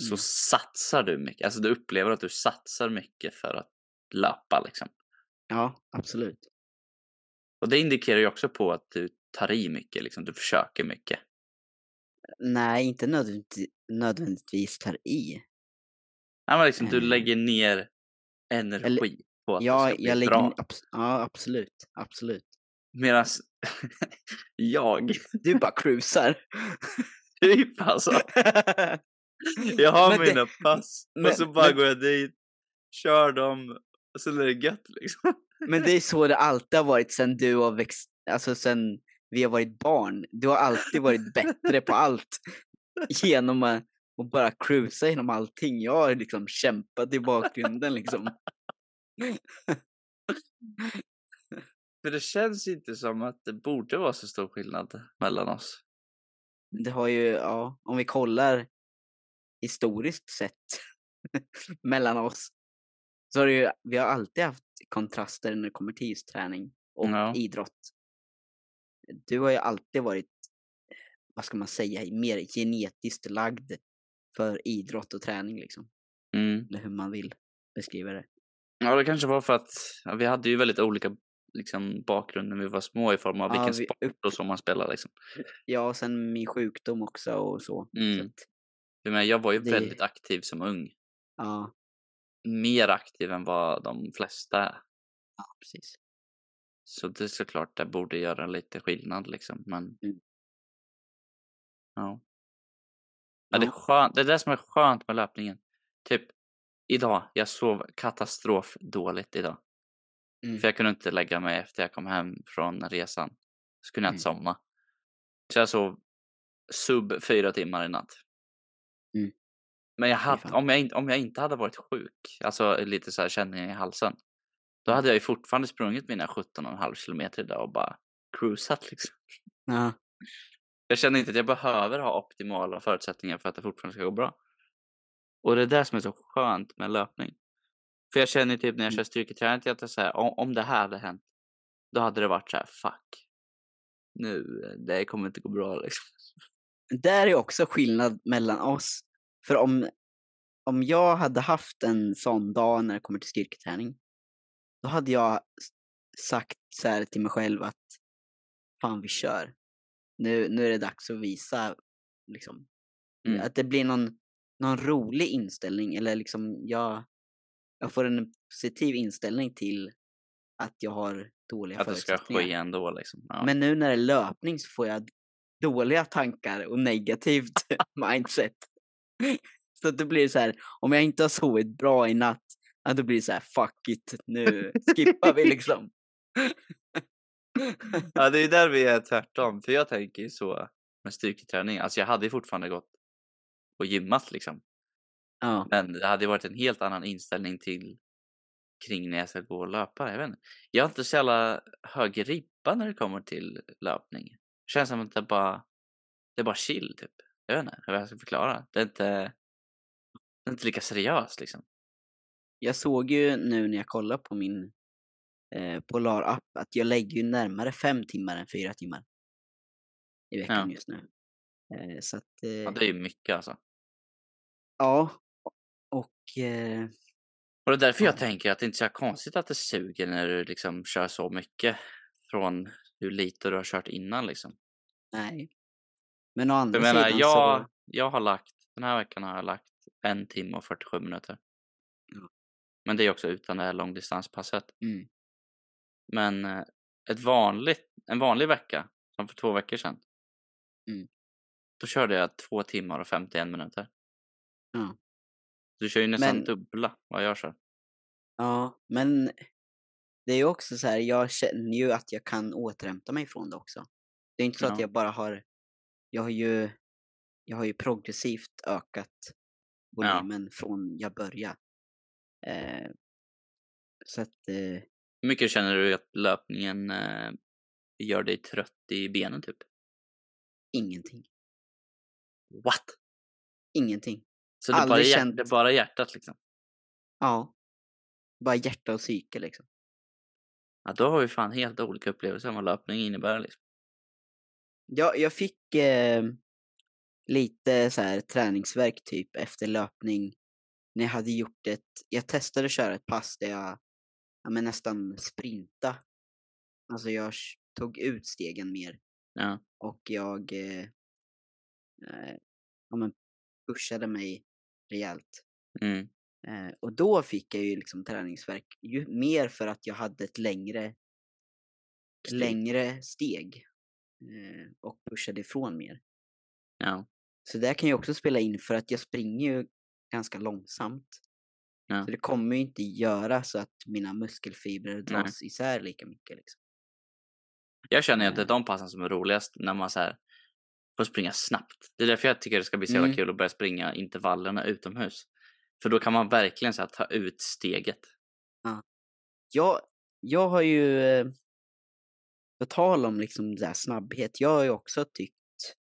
S2: så
S1: Mm.
S2: satsar du mycket. Alltså du upplever att du satsar mycket för att löpa liksom.
S1: Ja, absolut.
S2: Och det indikerar ju också på att du tar i mycket, liksom. du försöker mycket.
S1: Nej, inte nödvändigt, nödvändigtvis tar i.
S2: Ja, men liksom, du
S1: Eh.
S2: lägger ner energi på att det
S1: Ja,
S2: ska bli
S1: jag lägger,
S2: bra.
S1: abs- ja, absolut, absolut.
S2: Medan jag,
S1: Du bara cruisar.
S2: typ alltså. Jag har
S1: Men det-
S2: mina pass
S1: men-
S2: och så bara
S1: men-
S2: går jag dit, kör dem och så är det gött liksom.
S1: Men det är så det alltid har varit sen du har växt, alltså sen vi har varit barn. Du har alltid varit bättre på allt genom att att bara cruisa genom allting. Jag har liksom kämpat i bakgrunden liksom.
S2: För det känns inte som att det borde vara så stor skillnad mellan oss.
S1: Det har ju, ja, om vi kollar historiskt sett mellan oss så har det ju, vi har alltid haft kontraster när det kommer till just träning och
S2: Ja.
S1: idrott. Du har ju alltid varit, vad ska man säga, mer genetiskt lagd för idrott och träning liksom.
S2: Mm.
S1: Eller hur man vill beskriva det.
S2: Ja, det kanske var för att ja, vi hade ju väldigt olika liksom, bakgrund när vi var små i form av
S1: Ja,
S2: vilken
S1: vi-
S2: sport och så man spelar liksom.
S1: Ja, och sen min sjukdom också och så. så
S2: Mm.
S1: att,
S2: Jag, menar, jag var ju
S1: Det-
S2: väldigt aktiv som ung.
S1: ja,
S2: Mer aktiv än vad de flesta är.
S1: ja, precis.
S2: Så det är såklart det borde göra lite skillnad liksom. Men...
S1: Mm.
S2: Ja. ja. Det, är
S1: Ja.
S2: skönt. det är det som är skönt med löpningen. Typ idag, jag sov katastrofdåligt idag.
S1: Mm.
S2: För jag kunde inte lägga mig efter jag kom hem från resan. Så kunde jag
S1: Mm.
S2: inte somna. Så jag sov sub fyra timmar i natt.
S1: Mm.
S2: Men jag hade,
S1: fan.
S2: om, jag inte, om jag inte hade varit sjuk, alltså lite så här känningar i halsen.
S1: Mm.
S2: Då hade jag ju fortfarande sprungit mina 17,5 kilometer idag och bara cruisat liksom.
S1: Ja,
S2: Jag känner inte att jag behöver ha optimala förutsättningar för att det fortfarande ska gå bra. Och det är det som är så skönt med löpning. För jag känner typ när jag
S1: Mm.
S2: kör styrketräning att jag säger om, om det här hade hänt, då hade det varit så här fuck. Nu, eh, det kommer inte gå bra liksom.
S1: där är också skillnad mellan oss. För om, om jag hade haft en sån dag när det kommer till styrketräning, då hade jag s- sagt så här till mig själv att fan vi kör. Nu, nu är det dags att visa liksom.
S2: Mm.
S1: Att det blir någon, någon rolig inställning eller liksom jag, jag får en positiv inställning till att jag har dåliga
S2: Att det ska
S1: förutsättningar.
S2: ske ändå liksom. Ja.
S1: Men nu när det är löpning så får jag dåliga tankar och negativt mindset. Så att det blir så här, om jag inte har sovit bra i natt, ja, då blir det så här, fuck it, nu skippar vi liksom.
S2: Ja, det är där vi är tvärtom. För jag tänker ju så med styrketräning. Alltså jag hade ju fortfarande gått och gymmat liksom.
S1: Ja,
S2: Men det hade ju varit en helt annan inställning till kring när jag ska gå och löpa. Jag vet inte. Jag har inte så jävla hög ribba när det kommer till löpning. Det känns som att det bara, det är bara chill typ. Jag vet inte hur jag ska förklara. Det är inte, det är inte lika seriöst liksom.
S1: jag såg ju nu när jag kollade på min eh, Polar-app att jag lägger ju närmare fem timmar än fyra timmar i veckan just nu. Eh, så att, eh,
S2: Ja, det är ju mycket alltså.
S1: ja, och eh,
S2: Och det är därför
S1: Ja.
S2: jag tänker att det inte är så här konstigt att det suger när du liksom kör så mycket från hur lite du har kört innan liksom.
S1: nej. Men å andra
S2: Jag menar,
S1: sidan
S2: jag,
S1: så...
S2: jag har lagt, den här veckan har jag lagt en timme och 47 minuter.
S1: Ja.
S2: Men det är också utan det här långdistanspasset.
S1: Mm.
S2: Men eh, ett vanligt, en vanlig vecka, som för två veckor sedan.
S1: Mm.
S2: Då körde jag två timmar och 51 minuter.
S1: Ja.
S2: Du kör ju nästan
S1: Men-
S2: dubbla vad jag kör.
S1: Ja, men det är ju också så här, jag känner ju att jag kan återhämta mig från det också. Det är inte så att
S2: Ja.
S1: jag bara har, jag har ju, jag har ju progressivt ökat volymen från jag började. Eh, så att, eh,
S2: Hur mycket känner du att löpningen eh, gör dig trött i benen typ?
S1: ingenting,
S2: What?
S1: ingenting.
S2: Så det är, bara
S1: Aldrig
S2: hjärt-
S1: känt-
S2: det är bara hjärtat liksom?
S1: Ja, bara hjärta och psyke liksom.
S2: Ja, då har vi fan helt olika upplevelser om vad löpning innebär liksom.
S1: Jag, jag fick eh, lite så här träningsverk typ efter löpning. När jag hade gjort ett, jag testade att köra ett pass där jag ja, men nästan sprinta. Alltså jag sh- tog ut stegen mer.
S2: Ja.
S1: Och jag eh, eh, ja, men pushade mig rejält.
S2: Mm.
S1: Eh, och då fick jag ju liksom träningsverk. Ju mer för att jag hade ett längre
S2: Steg.
S1: längre steg eh, och pushade ifrån mer.
S2: Ja.
S1: Så där kan jag också spela in för att jag springer ju ganska långsamt.
S2: Ja.
S1: Så det kommer ju inte göra så att mina muskelfibrer dras isär lika mycket. Liksom.
S2: Jag känner ju att det är
S1: Eh.
S2: de passen som är roligast när man så här får springa snabbt. Det är därför jag tycker det ska bli så jävla
S1: Mm.
S2: kul att börja springa intervallerna utomhus. För då kan man verkligen så här, ta ut steget.
S1: Jag, jag har ju, eh, på tal om liksom det här snabbhet, jag har ju också tyckt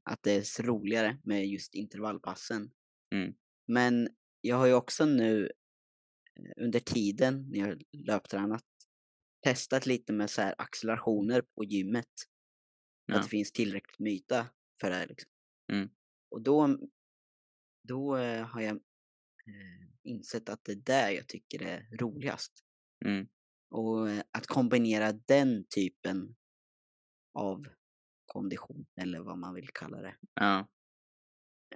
S1: att det är s- roligare med just intervallpassen.
S2: Mm.
S1: Men jag har ju också nu eh, under tiden när jag löptränat testat lite med så här accelerationer på gymmet. så Att
S2: Ja.
S1: det finns tillräckligt med yta för det här. Liksom.
S2: Mm.
S1: Och då, då eh, har jag eh, insett att det är där jag tycker det är roligast.
S2: Mm.
S1: Och eh, att kombinera den typen av kondition, eller vad man vill kalla det,
S2: Ja.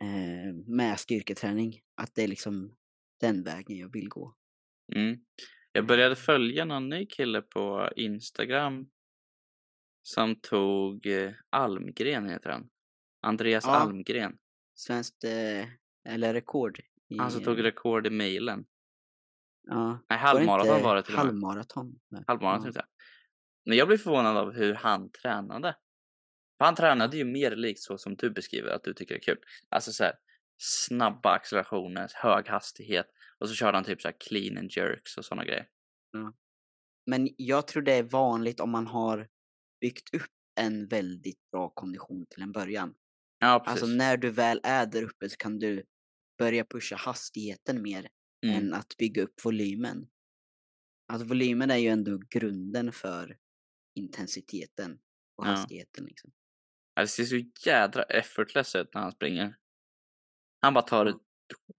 S1: eh, med styrketräning. Att det är liksom den vägen jag vill gå.
S2: Mm. Jag började följa någon ny kille på Instagram som tog eh, Almgren heter han. Andreas
S1: Ja.
S2: Almgren.
S1: Svenskt, eh, eller rekord. I,
S2: Han som Alltså, tog
S1: eh,
S2: rekord i milen.
S1: Ja.
S2: Nej,
S1: Var det
S2: halvmaraton
S1: inte
S2: var det till och med.
S1: Halvmaraton. Nej,
S2: Halvmaran
S1: ja.
S2: tror jag. Men jag blev förvånad av hur han tränade. För han tränade ju mer likt så som du beskriver att du tycker är kul. Alltså så här, snabba accelerationer, hög hastighet och så körde han typ så här clean and jerks och sådana grejer.
S1: Men jag tror det är vanligt om man har byggt upp en väldigt bra kondition till en början.
S2: Ja, precis.
S1: Alltså när du väl är där uppe så kan du börja pusha hastigheten mer
S2: Mm.
S1: än att bygga upp volymen. Alltså volymen är ju ändå grunden för intensiteten och
S2: Ja.
S1: hastigheten. Liksom.
S2: Ja, Det ser så jädra effortless ut när han springer. Han bara tar ett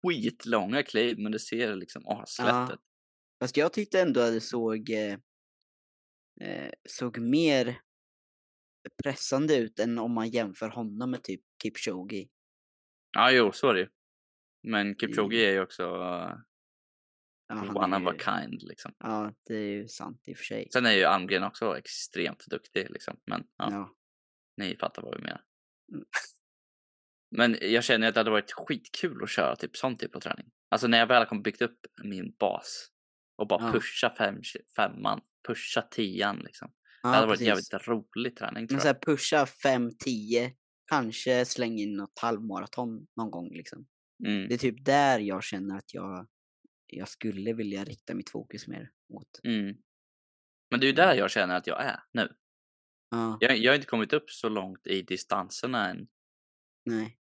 S2: skitlånga kliv men det ser liksom aslätt
S1: Ja.
S2: ut.
S1: Fast jag tyckte ändå att det såg, eh, eh, såg mer pressande ut än om man jämför honom med typ Kipchoge.
S2: Ja, jo, så är det ju. Men Kipchoge
S1: I-
S2: är ju också uh,
S1: Ja, han är
S2: one
S1: ju-
S2: of a kind liksom.
S1: Ja, det är ju sant i och för sig.
S2: Sen är ju Almgren också extremt duktig liksom. Men ja,
S1: Ja.
S2: ni fattar vad vi menar.
S1: Mm.
S2: Men jag känner att det hade varit skitkul att köra typ sån typ av träning. Alltså när jag väl har byggt upp min bas och bara
S1: Ja.
S2: pusha fem, femman, pusha tian liksom.
S1: Ja,
S2: det hade varit
S1: precis.
S2: jävligt rolig träning
S1: Men
S2: tror jag.
S1: så här, pusha 5-10, kanske slänga in något halvmaraton någon gång. Liksom.
S2: Mm.
S1: Det är typ där jag känner att jag, jag skulle vilja rikta mitt fokus mer åt.
S2: Mm. Men det är ju där jag känner att jag är nu.
S1: Ja,
S2: Jag, jag har inte kommit upp så långt i distanserna än.
S1: nej.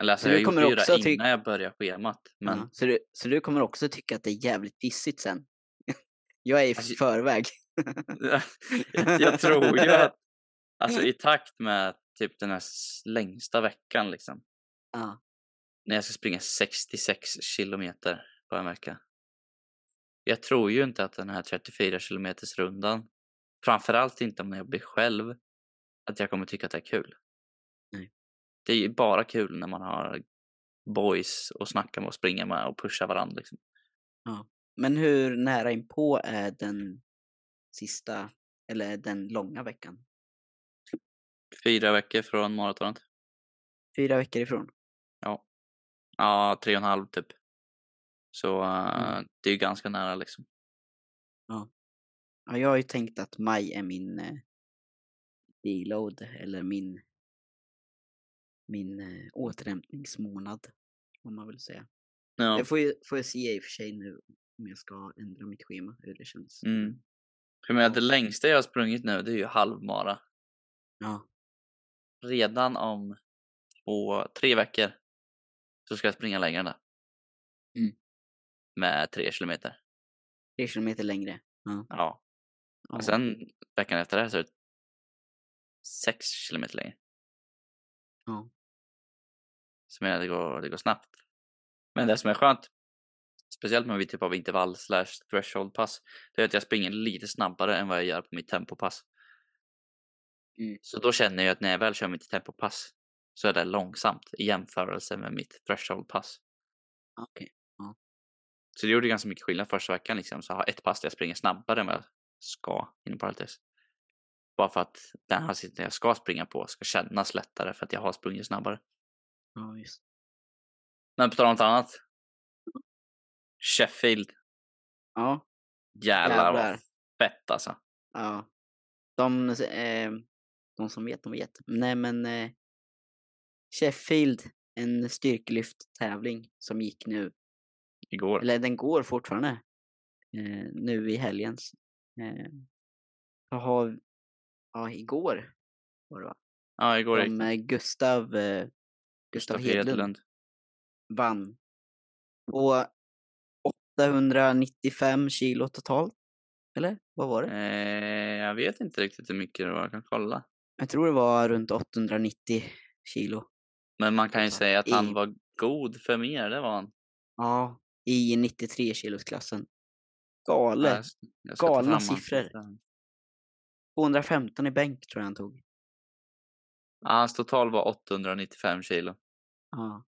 S2: Eller alltså,
S1: Men
S2: jag
S1: du
S2: gjorde
S1: kommer
S2: ju
S1: också
S2: det
S1: till-
S2: innan jag började schemat. Men
S1: Ja. Så, du, så du kommer också tycka att det är jävligt pissigt sen? jag är i
S2: Alltså-
S1: förväg.
S2: jag, jag tror ju att alltså, i takt med typ den här s- längsta veckan liksom.
S1: Ja.
S2: När jag ska springa 66 kilometer på en vecka. Jag tror ju inte att den här 34 kilometers rundan. Framförallt inte om jag blir själv. Att jag kommer tycka att det är kul.
S1: Nej.
S2: Det är ju bara kul när man har boys och snacka med och springa med och pusha varandra. Liksom.
S1: Men hur nära inpå är den sista, eller den långa veckan?
S2: Fyra veckor från maratonet.
S1: Fyra veckor ifrån? Mm.
S2: Ja, tre och en halv typ. Så eh, det är ju ganska nära liksom.
S1: Ja. ja, jag har ju tänkt att maj är min eh, deload eller min, min eh, återhämtningsmånad. Om man vill säga.
S2: Ja.
S1: Det får, ju, får jag se i och för sig nu om jag ska ändra mitt schema, hur det känns.
S2: Mm. För jag menar, det längsta jag har sprungit nu det är ju halvmara.
S1: Ja,
S2: Redan om två, tre veckor så ska jag springa längre än det.
S1: Mm.
S2: Med tre kilometer.
S1: tre kilometer längre.
S2: Ja.
S1: Ja.
S2: Och sen veckan efter det här så är det sex kilometer längre.
S1: Ja.
S2: Så jag menar, det går, det går snabbt. Men det som är skönt, speciellt med min typ av intervall slash threshold pass, det är att jag springer lite snabbare än vad jag gör på mitt tempopass.
S1: Mm.
S2: Så då känner jag att när jag väl kör mitt tempopass så är det långsamt i jämförelse med mitt thresholdpass.
S1: Ja, ah, Okej.
S2: Så det gjorde ganska mycket skillnad första veckan liksom. Så jag har ett pass där jag springer snabbare än vad jag ska inom parentes. Bara för att den här sidan jag ska springa på ska kännas lättare för att jag har sprungit snabbare.
S1: Ja, just.
S2: Men på tal om något annat. Sheffield.
S1: Ja,
S2: Jävlar vad
S1: Jävlar.
S2: fett alltså.
S1: ja. De, eh, de som vet, de vet. Nej men eh, Sheffield, en styrkelyfttävling som gick nu.
S2: Igår.
S1: Eller den går fortfarande. Eh, nu i helgens. Eh, så har, ja igår var det va?
S2: Ja, igår gick
S1: Som eh, Gustav, eh, Gustav Hedlund vann. På 895 kilo totalt. Eller vad var det?
S2: Eh, jag vet inte riktigt hur mycket det var, jag kan kolla.
S1: Jag tror det var runt 890 kilo.
S2: Men man kan ju
S1: Alltså,
S2: säga att
S1: i-
S2: han var god för mer, det var han.
S1: Ja. I 93 kilosklassen. Galet.
S2: Jag s- jag ska ta
S1: galna
S2: fram hans
S1: siffror.
S2: siffror här.
S1: 215 i bänk tror jag han tog.
S2: Ja, hans total var 895 kilo.
S1: Ja.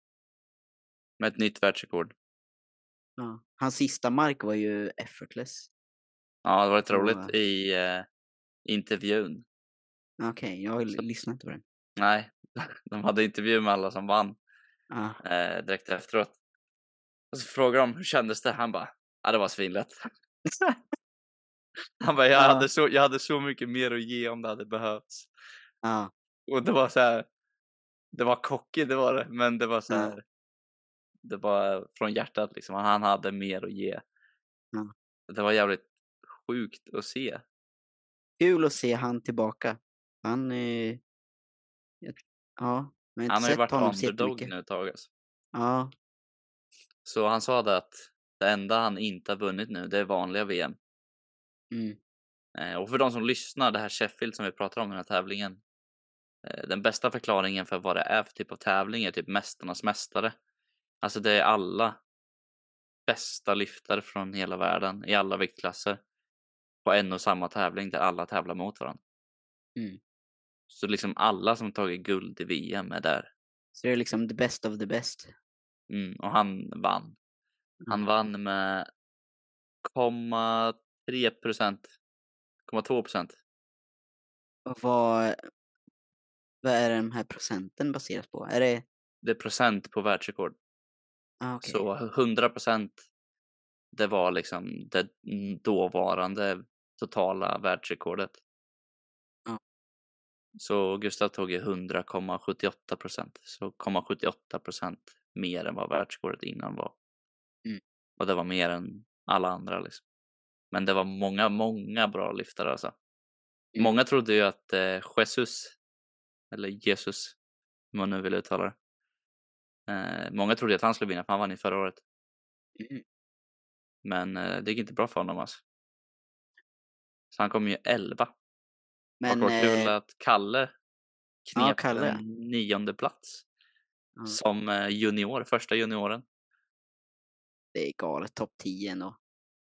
S2: Med ett nytt världsrekord.
S1: ja. Hans sista mark var ju effortless.
S2: Ja, det var rätt
S1: Ja.
S2: roligt i eh, intervjun.
S1: Okej, jag
S2: Så-
S1: lyssnar inte på den.
S2: Nej, de hade intervju med alla som vann
S1: Ja.
S2: eh, direkt efteråt. Och så frågade de hur kändes det? Han bara, ja det var svinlätt. Han bara, jag,
S1: Ja.
S2: hade så, jag hade så mycket mer att ge om det hade behövts.
S1: ja.
S2: Och det var så här. Det var kockigt, det var det. Men det var så
S1: Ja.
S2: här. Det var från hjärtat liksom. Han hade mer att ge.
S1: Ja.
S2: Det var jävligt sjukt att se.
S1: Kul att se han tillbaka. Han... Eh... jag- Ja. Men jag har
S2: Han har
S1: inte
S2: ju
S1: sett
S2: varit
S1: honom så
S2: underdog
S1: jättemycket.
S2: nu ett tag. Alltså.
S1: Ja.
S2: Så han sa det att det enda han inte har vunnit nu, det är vanliga VM.
S1: Mm.
S2: Eh, och för de som lyssnar, det här Sheffield som vi pratar om, den här tävlingen. Eh, den bästa förklaringen för vad det är för typ av tävling är typ Mästarnas Mästare. Alltså det är alla bästa lyftare från hela världen i alla viktklasser på en och samma tävling där alla tävlar mot varandra.
S1: Mm.
S2: Så liksom alla som tagit guld i VM är där.
S1: Så det är liksom the best of the best.
S2: Mm, och han vann. Han
S1: Mm.
S2: vann med 0,3 procent. 0,2 procent.
S1: Och vad, vad är de här procenten baserat på? Är det...
S2: Det är procent på världsrekord.
S1: Ah, okej.
S2: Så 100 procent det var liksom det dåvarande totala världsrekordet.
S1: Ja.
S2: Så Gustav tog ju 100,78 procent. Så 0,78 procent mer än vad världsrekordet innan var.
S1: Mm.
S2: Och det var mer än alla andra liksom. Men det var många, många bra lyftare alltså.
S1: Mm.
S2: Många trodde ju att eh, Jesus, eller Jesus, hur man nu vill uttala det. Eh, många trodde att han skulle vinna för han vann ju förra året.
S1: Mm.
S2: Men eh, det gick inte bra för honom alltså. Så han kom ju 11.
S1: Men...
S2: och det var kul
S1: eh,
S2: att Kalle knep
S1: ja, Kalle.
S2: en nionde plats
S1: Ja.
S2: som eh, junior, första junioren.
S1: det är galet. Topp 10 ändå.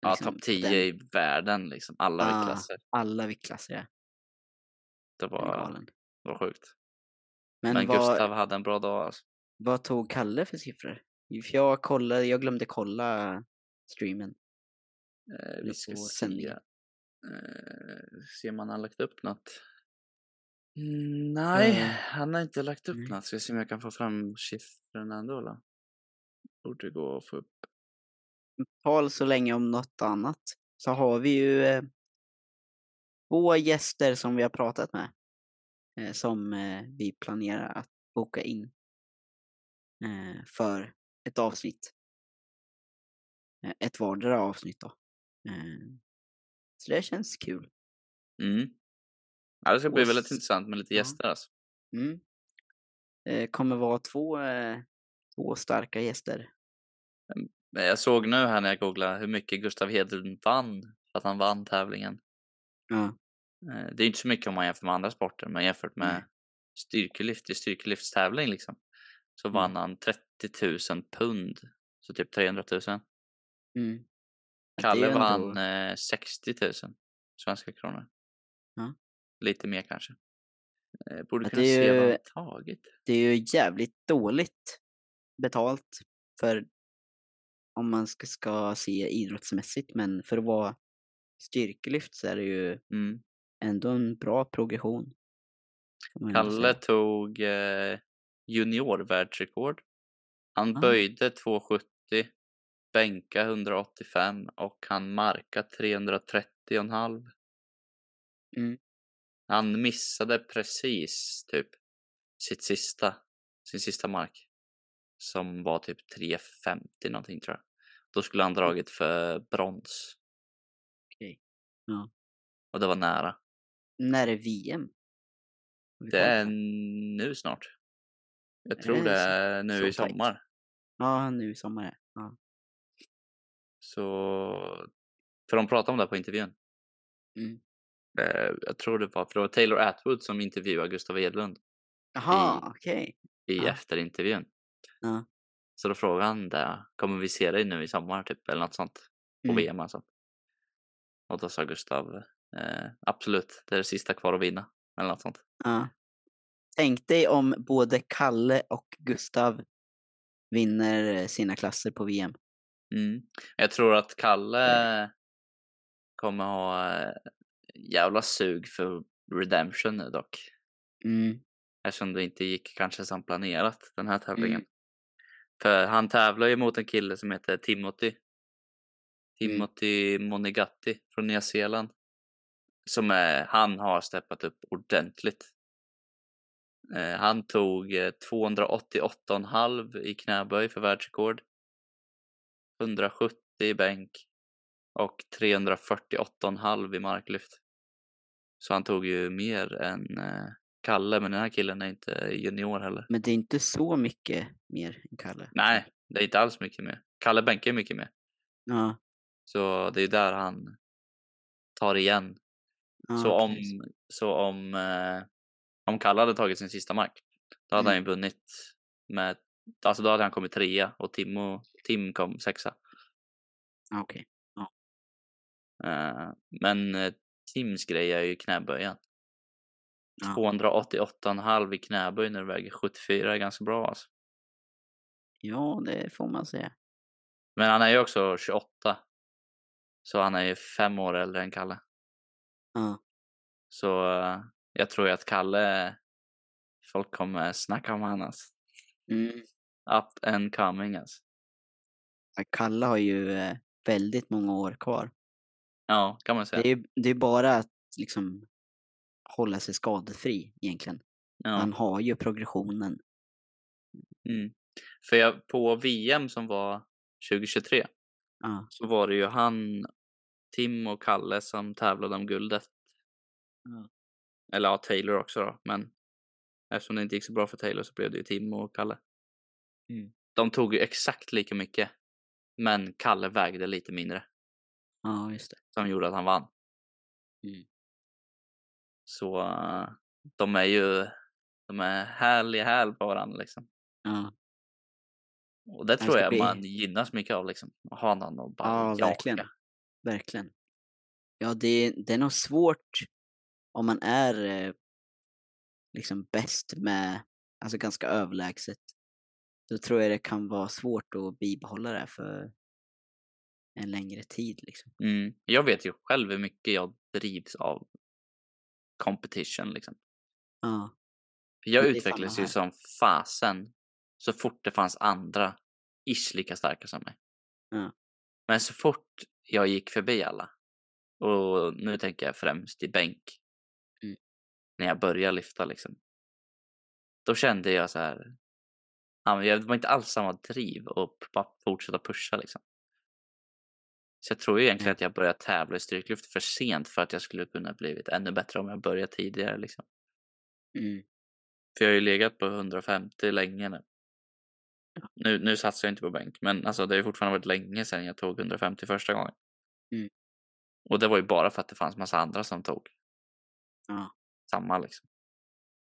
S2: Ja,
S1: Liksom
S2: topp 10
S1: den-
S2: i världen liksom, alla
S1: Ah.
S2: viktklasser.
S1: Alla viktklasser, ja.
S2: Det
S1: Den är
S2: var,
S1: galen.
S2: var sjukt.
S1: Men,
S2: Men,
S1: vad,
S2: Gustav hade en bra dag alltså.
S1: vad tog Kalle för siffror? För jag, kollade, jag glömde kolla streamen.
S2: Eh,
S1: Eller
S2: vi ska
S1: på
S2: se.
S1: sändningen.
S2: Eh, ser man han lagt upp något? Mm, Nej,
S1: Eh,
S2: han har inte lagt upp
S1: nej.
S2: något. Ska se om jag kan få fram siffrorna ändå då. Borde gå att få upp.
S1: Tal så länge om något annat. så har vi ju eh, två gäster som vi har pratat med eh, som eh, vi planerar att boka in eh, för ett avsnitt. Eh, ett vardera avsnitt då. Eh, så det känns kul.
S2: Mm. Ja, det ska bli
S1: Och
S2: väldigt
S1: s-
S2: intressant med lite
S1: ja.
S2: gäster alltså.
S1: Mm. Eh, kommer vara två, eh, två starka gäster.
S2: Men Jag såg nu här när jag googlade hur mycket Gustav Hedlund vann, för att han vann tävlingen.
S1: Ja.
S2: Eh, Det är inte så mycket om man jämför med andra sporter, men jämfört med
S1: Nej.
S2: styrkelyft i styrkelyftstävling liksom,
S1: Mm.
S2: så vann han 30 000 pund, så typ 300 000.
S1: Mm. Att det är
S2: Kalle
S1: ju ändå-
S2: vann eh, 60 000 svenska kronor.
S1: Ja.
S2: Lite mer kanske. Eh, borde
S1: Att
S2: kunna
S1: det är
S2: se vad
S1: ju-
S2: han tagit.
S1: Det är ju jävligt dåligt betalt för om man ska, ska se idrottsmässigt, men för att vara styrkelyft så är det ju
S2: Mm.
S1: ändå en bra progression. får man ju ändå
S2: Kalle
S1: säga.
S2: tog eh, juniorvärldsrekord. Han
S1: Ah.
S2: böjde 270, bänka 185 och han marka 330,5.
S1: Mm.
S2: Han missade precis typ sitt sista, sin sista mark. Som var typ 350 någonting tror jag. Då skulle han dragit för brons.
S1: Okej. Ja.
S2: Och det var nära.
S1: När är VM? Har vi
S2: Det
S1: koll på
S2: är nu snart. Jag
S1: Är
S2: tror
S1: det
S2: det
S1: så-
S2: är nu
S1: så
S2: i
S1: tajt?
S2: sommar.
S1: Ja, nu i sommar. är det. Ja.
S2: Så... För de pratade om det här på intervjun.
S1: Mm.
S2: Eh, Jag tror det var, för det var Taylor Atwood som intervjuade Gustav Edlund
S1: Jaha, okej.
S2: i
S1: Ja.
S2: efterintervjun.
S1: Ja.
S2: Så då frågade han det, kommer vi se dig nu i sommar typ eller något sånt? På
S1: Mm.
S2: VM alltså. Och då sa Gustav, eh, absolut, det är det sista kvar att vinna. Eller något sånt.
S1: Ja. Tänk dig om både Kalle och Gustav vinner eh, sina klasser på VM.
S2: Mm. Jag tror att Kalle kommer ha eh, jävla sug för redemption nu dock.
S1: Mm.
S2: Eftersom det inte gick kanske som planerat den här tävlingen.
S1: Mm.
S2: För han tävlar ju mot en kille som heter Timothy. Timothy Monegatti från Nya Zeeland. Som är, han har steppat upp ordentligt. Eh, han tog eh, 288,5 i knäböj för världsrekord. 170 i bänk. Och 348,5 i marklyft. Så han tog ju mer än eh, Kalle, men den här killen är inte junior heller.
S1: Men det är inte så mycket mer än Kalle.
S2: Nej, det är inte alls mycket mer. Kalle bänkar ju mycket mer.
S1: Ja,
S2: Så det är där han tar igen.
S1: ja,
S2: så om,
S1: precis.
S2: så om, eh, om Kalle hade tagit sin sista mark, då
S1: Mm.
S2: hade han ju vunnit. Med, alltså då hade han kommit trea och Timo, Tim kom sexa.
S1: Ja, Okej.
S2: Eh, men eh, Tims grej är ju knäböjen.
S1: Ja.
S2: 288,5 i knäböj när du väger 74 är ganska bra alltså.
S1: Ja, det får man säga.
S2: Men han är ju också 28. Så han är ju fem år äldre än Kalle.
S1: Ja.
S2: Så eh, jag tror ju att Kalle, folk kommer snacka om honom. Alltså.
S1: Mm.
S2: Up and coming alltså.
S1: Ja, Kalle har ju eh, väldigt många år kvar.
S2: Ja, kan man säga.
S1: Det är ju det är bara att liksom hålla sig skadefri egentligen.
S2: Ja.
S1: Han har ju progressionen.
S2: Mm. För jag, på VM som var 2023
S1: Ja.
S2: så var det ju han, Tim och Kalle som tävlade om guldet.
S1: Ja.
S2: Eller ja, Taylor också då, men eftersom det inte gick så bra för Taylor så blev det ju Tim och Kalle.
S1: Mm.
S2: De tog ju exakt lika mycket, men Kalle vägde lite mindre.
S1: Ja, just det.
S2: som gjorde att han vann.
S1: Mm.
S2: Så eh, de är ju de är häl i häl på varandra liksom.
S1: Ja,
S2: Och det
S1: Det
S2: tror
S1: ska
S2: jag
S1: bli-
S2: man gynnas mycket av liksom. Att ha någon att bara
S1: ja verkligen.
S2: jaka.
S1: Verkligen. Ja, det, det är nog svårt om man är eh, liksom bäst med, alltså ganska överlägset. Då tror jag det kan vara svårt att bibehålla det här för en längre tid liksom.
S2: Mm. Jag vet ju själv hur mycket jag drivs av competition liksom.
S1: Ja,
S2: För Jag
S1: Men det är
S2: utvecklades
S1: samma
S2: ju som fasen så fort det fanns andra ish lika starka som mig.
S1: Ja.
S2: Men så fort jag gick förbi alla Och nu tänker jag främst i bänk.
S1: Mm.
S2: När jag började lyfta liksom. Då kände jag så här. ja, men jag- Det var inte alls samma driv och bara fortsätta pusha liksom. Så jag tror ju egentligen
S1: Nej.
S2: att jag började tävla i styrkelyft för sent för att jag skulle kunna blivit ännu bättre om jag började tidigare liksom.
S1: Mm.
S2: För jag har ju legat på 150 länge nu. Nu, nu satsar jag inte på bänk, men alltså det har ju fortfarande varit länge sedan jag tog 150 första gången.
S1: Mm.
S2: Och det var ju bara för att det fanns massa andra som tog
S1: Ja.
S2: samma liksom.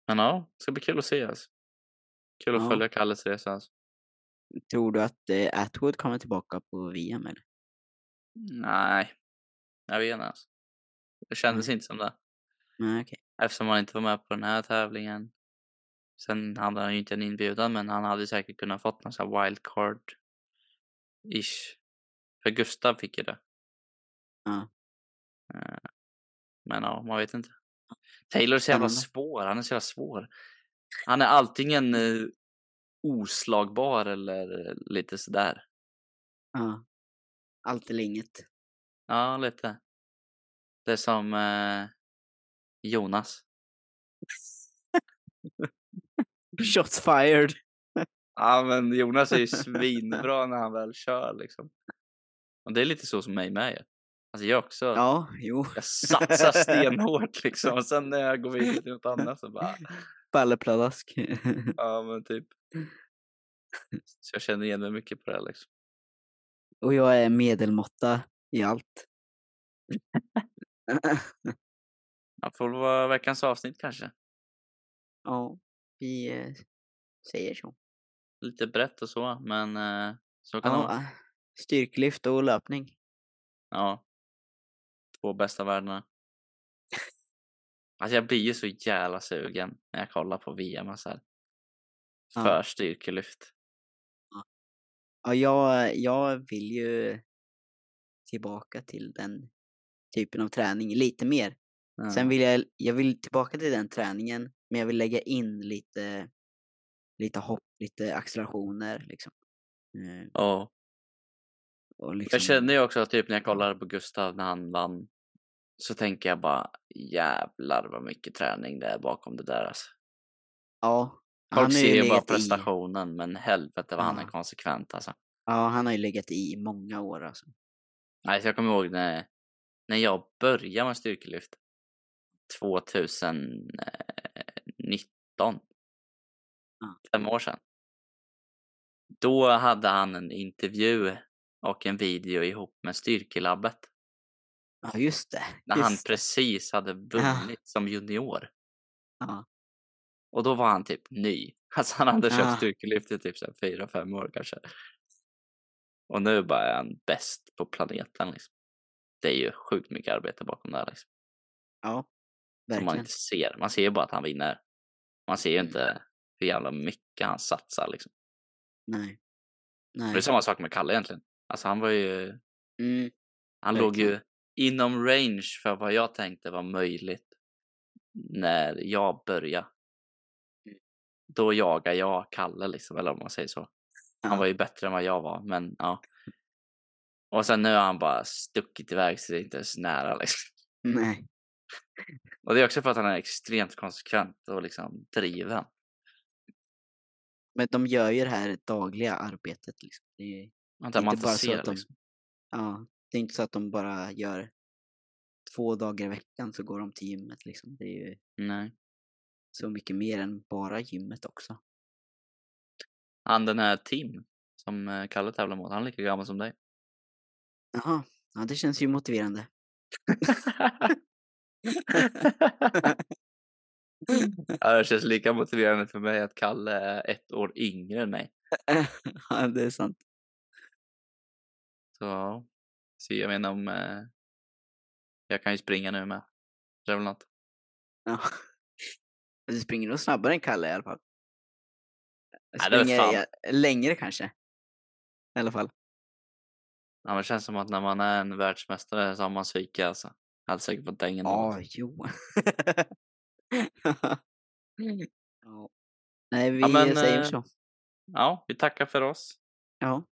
S2: Men ja, det ska bli kul att se alltså. Kul att
S1: Ja.
S2: följa Kalles resa alltså.
S1: Tror du att eh, Atwood kommer tillbaka på VM eller?
S2: Nej, jag vet inte alltså. Det kändes inte som det.
S1: Nej, okej.
S2: Eftersom han inte var med på den här tävlingen. Sen hade han ju inte en inbjudan men han hade säkert kunnat fått någon sån här wildcard-ish. För Gustav fick ju det.
S1: Ja.
S2: Eh, Men ja, man vet inte. Taylor är så jävla
S1: Spännande.
S2: svår. Han är så jävla svår. Han är antingen eh, oslagbar eller lite sådär.
S1: Ja. Allt eller inget.
S2: Ja, lite. Det är som eh, Jonas.
S1: Shots fired!
S2: Ja, men Jonas är ju svinbra när han väl kör liksom. Och det är lite så som mig med ju. Alltså jag också.
S1: Ja, jo.
S2: Jag satsar stenhårt liksom. Och sen när jag går vidare till något annat så bara.
S1: Ballepladask.
S2: Ja, men typ. Så jag känner igen mig mycket på det här liksom.
S1: Och jag är medelmåtta i allt.
S2: Ja, får väl vara veckans avsnitt kanske.
S1: ja, vi eh, säger så.
S2: Lite brett och så, men eh, så kan det vara.
S1: Ja, ah, styrklyft och löpning.
S2: Ja. Två bästa världarna. Alltså jag blir ju så jävla sugen när jag kollar på VM så här.
S1: Ja.
S2: För styrkelyft.
S1: Ja, jag, jag vill ju tillbaka till den typen av träning lite mer.
S2: Ja.
S1: Sen vill jag, jag vill tillbaka till den träningen, men jag vill lägga in lite, lite hopp, lite accelerationer liksom. Eh,
S2: Ja.
S1: Och liksom
S2: Jag känner ju också att typ när jag kollar på Gustav när han vann. Så tänker jag bara jävlar vad mycket träning det är bakom det där alltså.
S1: ja, han
S2: Folk
S1: har ju
S2: ser ju bara
S1: legat i-
S2: prestationen men helvete vad han är
S1: Ja.
S2: konsekvent alltså.
S1: Ja, han har ju legat i i många år alltså.
S2: Nej, så jag kommer ihåg när, när jag började med styrkelyft 2019.
S1: Ja.
S2: Fem år sedan. Då hade han en intervju och en video ihop med Styrkelabbet.
S1: Ja, just det.
S2: När han
S1: Just.
S2: precis hade vunnit som junior.
S1: Ja.
S2: Och då var han typ ny. Alltså han hade köpt
S1: Ja.
S2: styrkelyft i typ så här fyra fem år kanske. Och nu bara är han bäst på planeten liksom. Det är ju sjukt mycket arbete bakom det här liksom.
S1: Ja,
S2: som man
S1: verkligen.
S2: inte ser. Man ser ju bara att han vinner. Man ser ju
S1: Mm.
S2: inte hur jävla mycket han satsar. Liksom.
S1: Nej.
S2: Det är
S1: Nej.
S2: samma sak med Kalle egentligen. Alltså han var ju,
S1: Mm.
S2: han låg ju
S1: Verkligen.
S2: inom range för vad jag tänkte var möjligt när jag började.
S1: Mm.
S2: Då jagar jag Kalle liksom, eller om man säger så.
S1: Ja.
S2: Han var ju bättre än vad jag var, men ja. Och sen nu har han bara stuckit iväg så det är inte ens nära liksom.
S1: Nej.
S2: Och det är också för att han är extremt konsekvent och liksom driven.
S1: Men de gör ju det här dagliga arbetet liksom. Det är ju
S2: Man inte
S1: inte bara så
S2: ser
S1: att de,
S2: liksom.
S1: ja, det är inte så att de bara gör två dagar i veckan så går de till gymmet liksom. Det är ju
S2: Nej.
S1: så mycket mer än bara gymmet också.
S2: Han den här Tim som eh, Kalle tävlar mot, han är lika gammal som dig.
S1: Jaha, ja det känns ju motiverande.
S2: ja, det känns lika motiverande för mig att Kalle är ett år yngre än mig.
S1: ja, det är sant.
S2: Så, ja. så jag menar om... Eh, jag kan ju springa nu med. Det är väl något.
S1: Ja. Du springer nog snabbare än Kalle i alla fall.
S2: Ja, det vet fan.
S1: ja, längre kanske. I alla fall.
S2: Ja, men det känns som att när man är en världsmästare så har man psyke alltså. Jag hade säkert fått dängen. då,
S1: Ja,
S2: alltså.
S1: jo. ja. Nej, vi
S2: Mm. men,
S1: säger
S2: eh,
S1: så.
S2: ja, vi tackar för oss.
S1: Ja,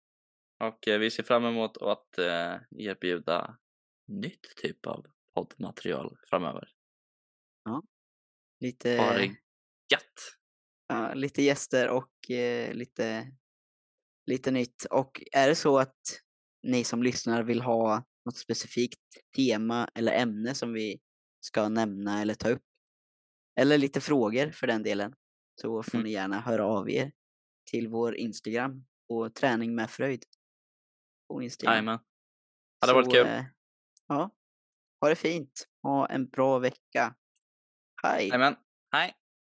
S2: Och eh, vi ser fram emot att eh, erbjuda nytt typ av poddmaterial framöver.
S1: Lite,
S2: Ha det gött!
S1: ja, lite gäster och eh, lite, lite nytt. Och är det så att ni som lyssnar vill ha något specifikt tema eller ämne som vi ska nämna eller ta upp, eller lite frågor för den delen, så får
S2: Mm.
S1: ni gärna höra av er till vår Instagram på träning med fröjd. På Instagram.
S2: Jajamän. Ja, det har
S1: Så,
S2: varit kul.
S1: eh, Ja. Ha det fint. Ha en bra vecka. Hej.
S2: Jajamän. Hej!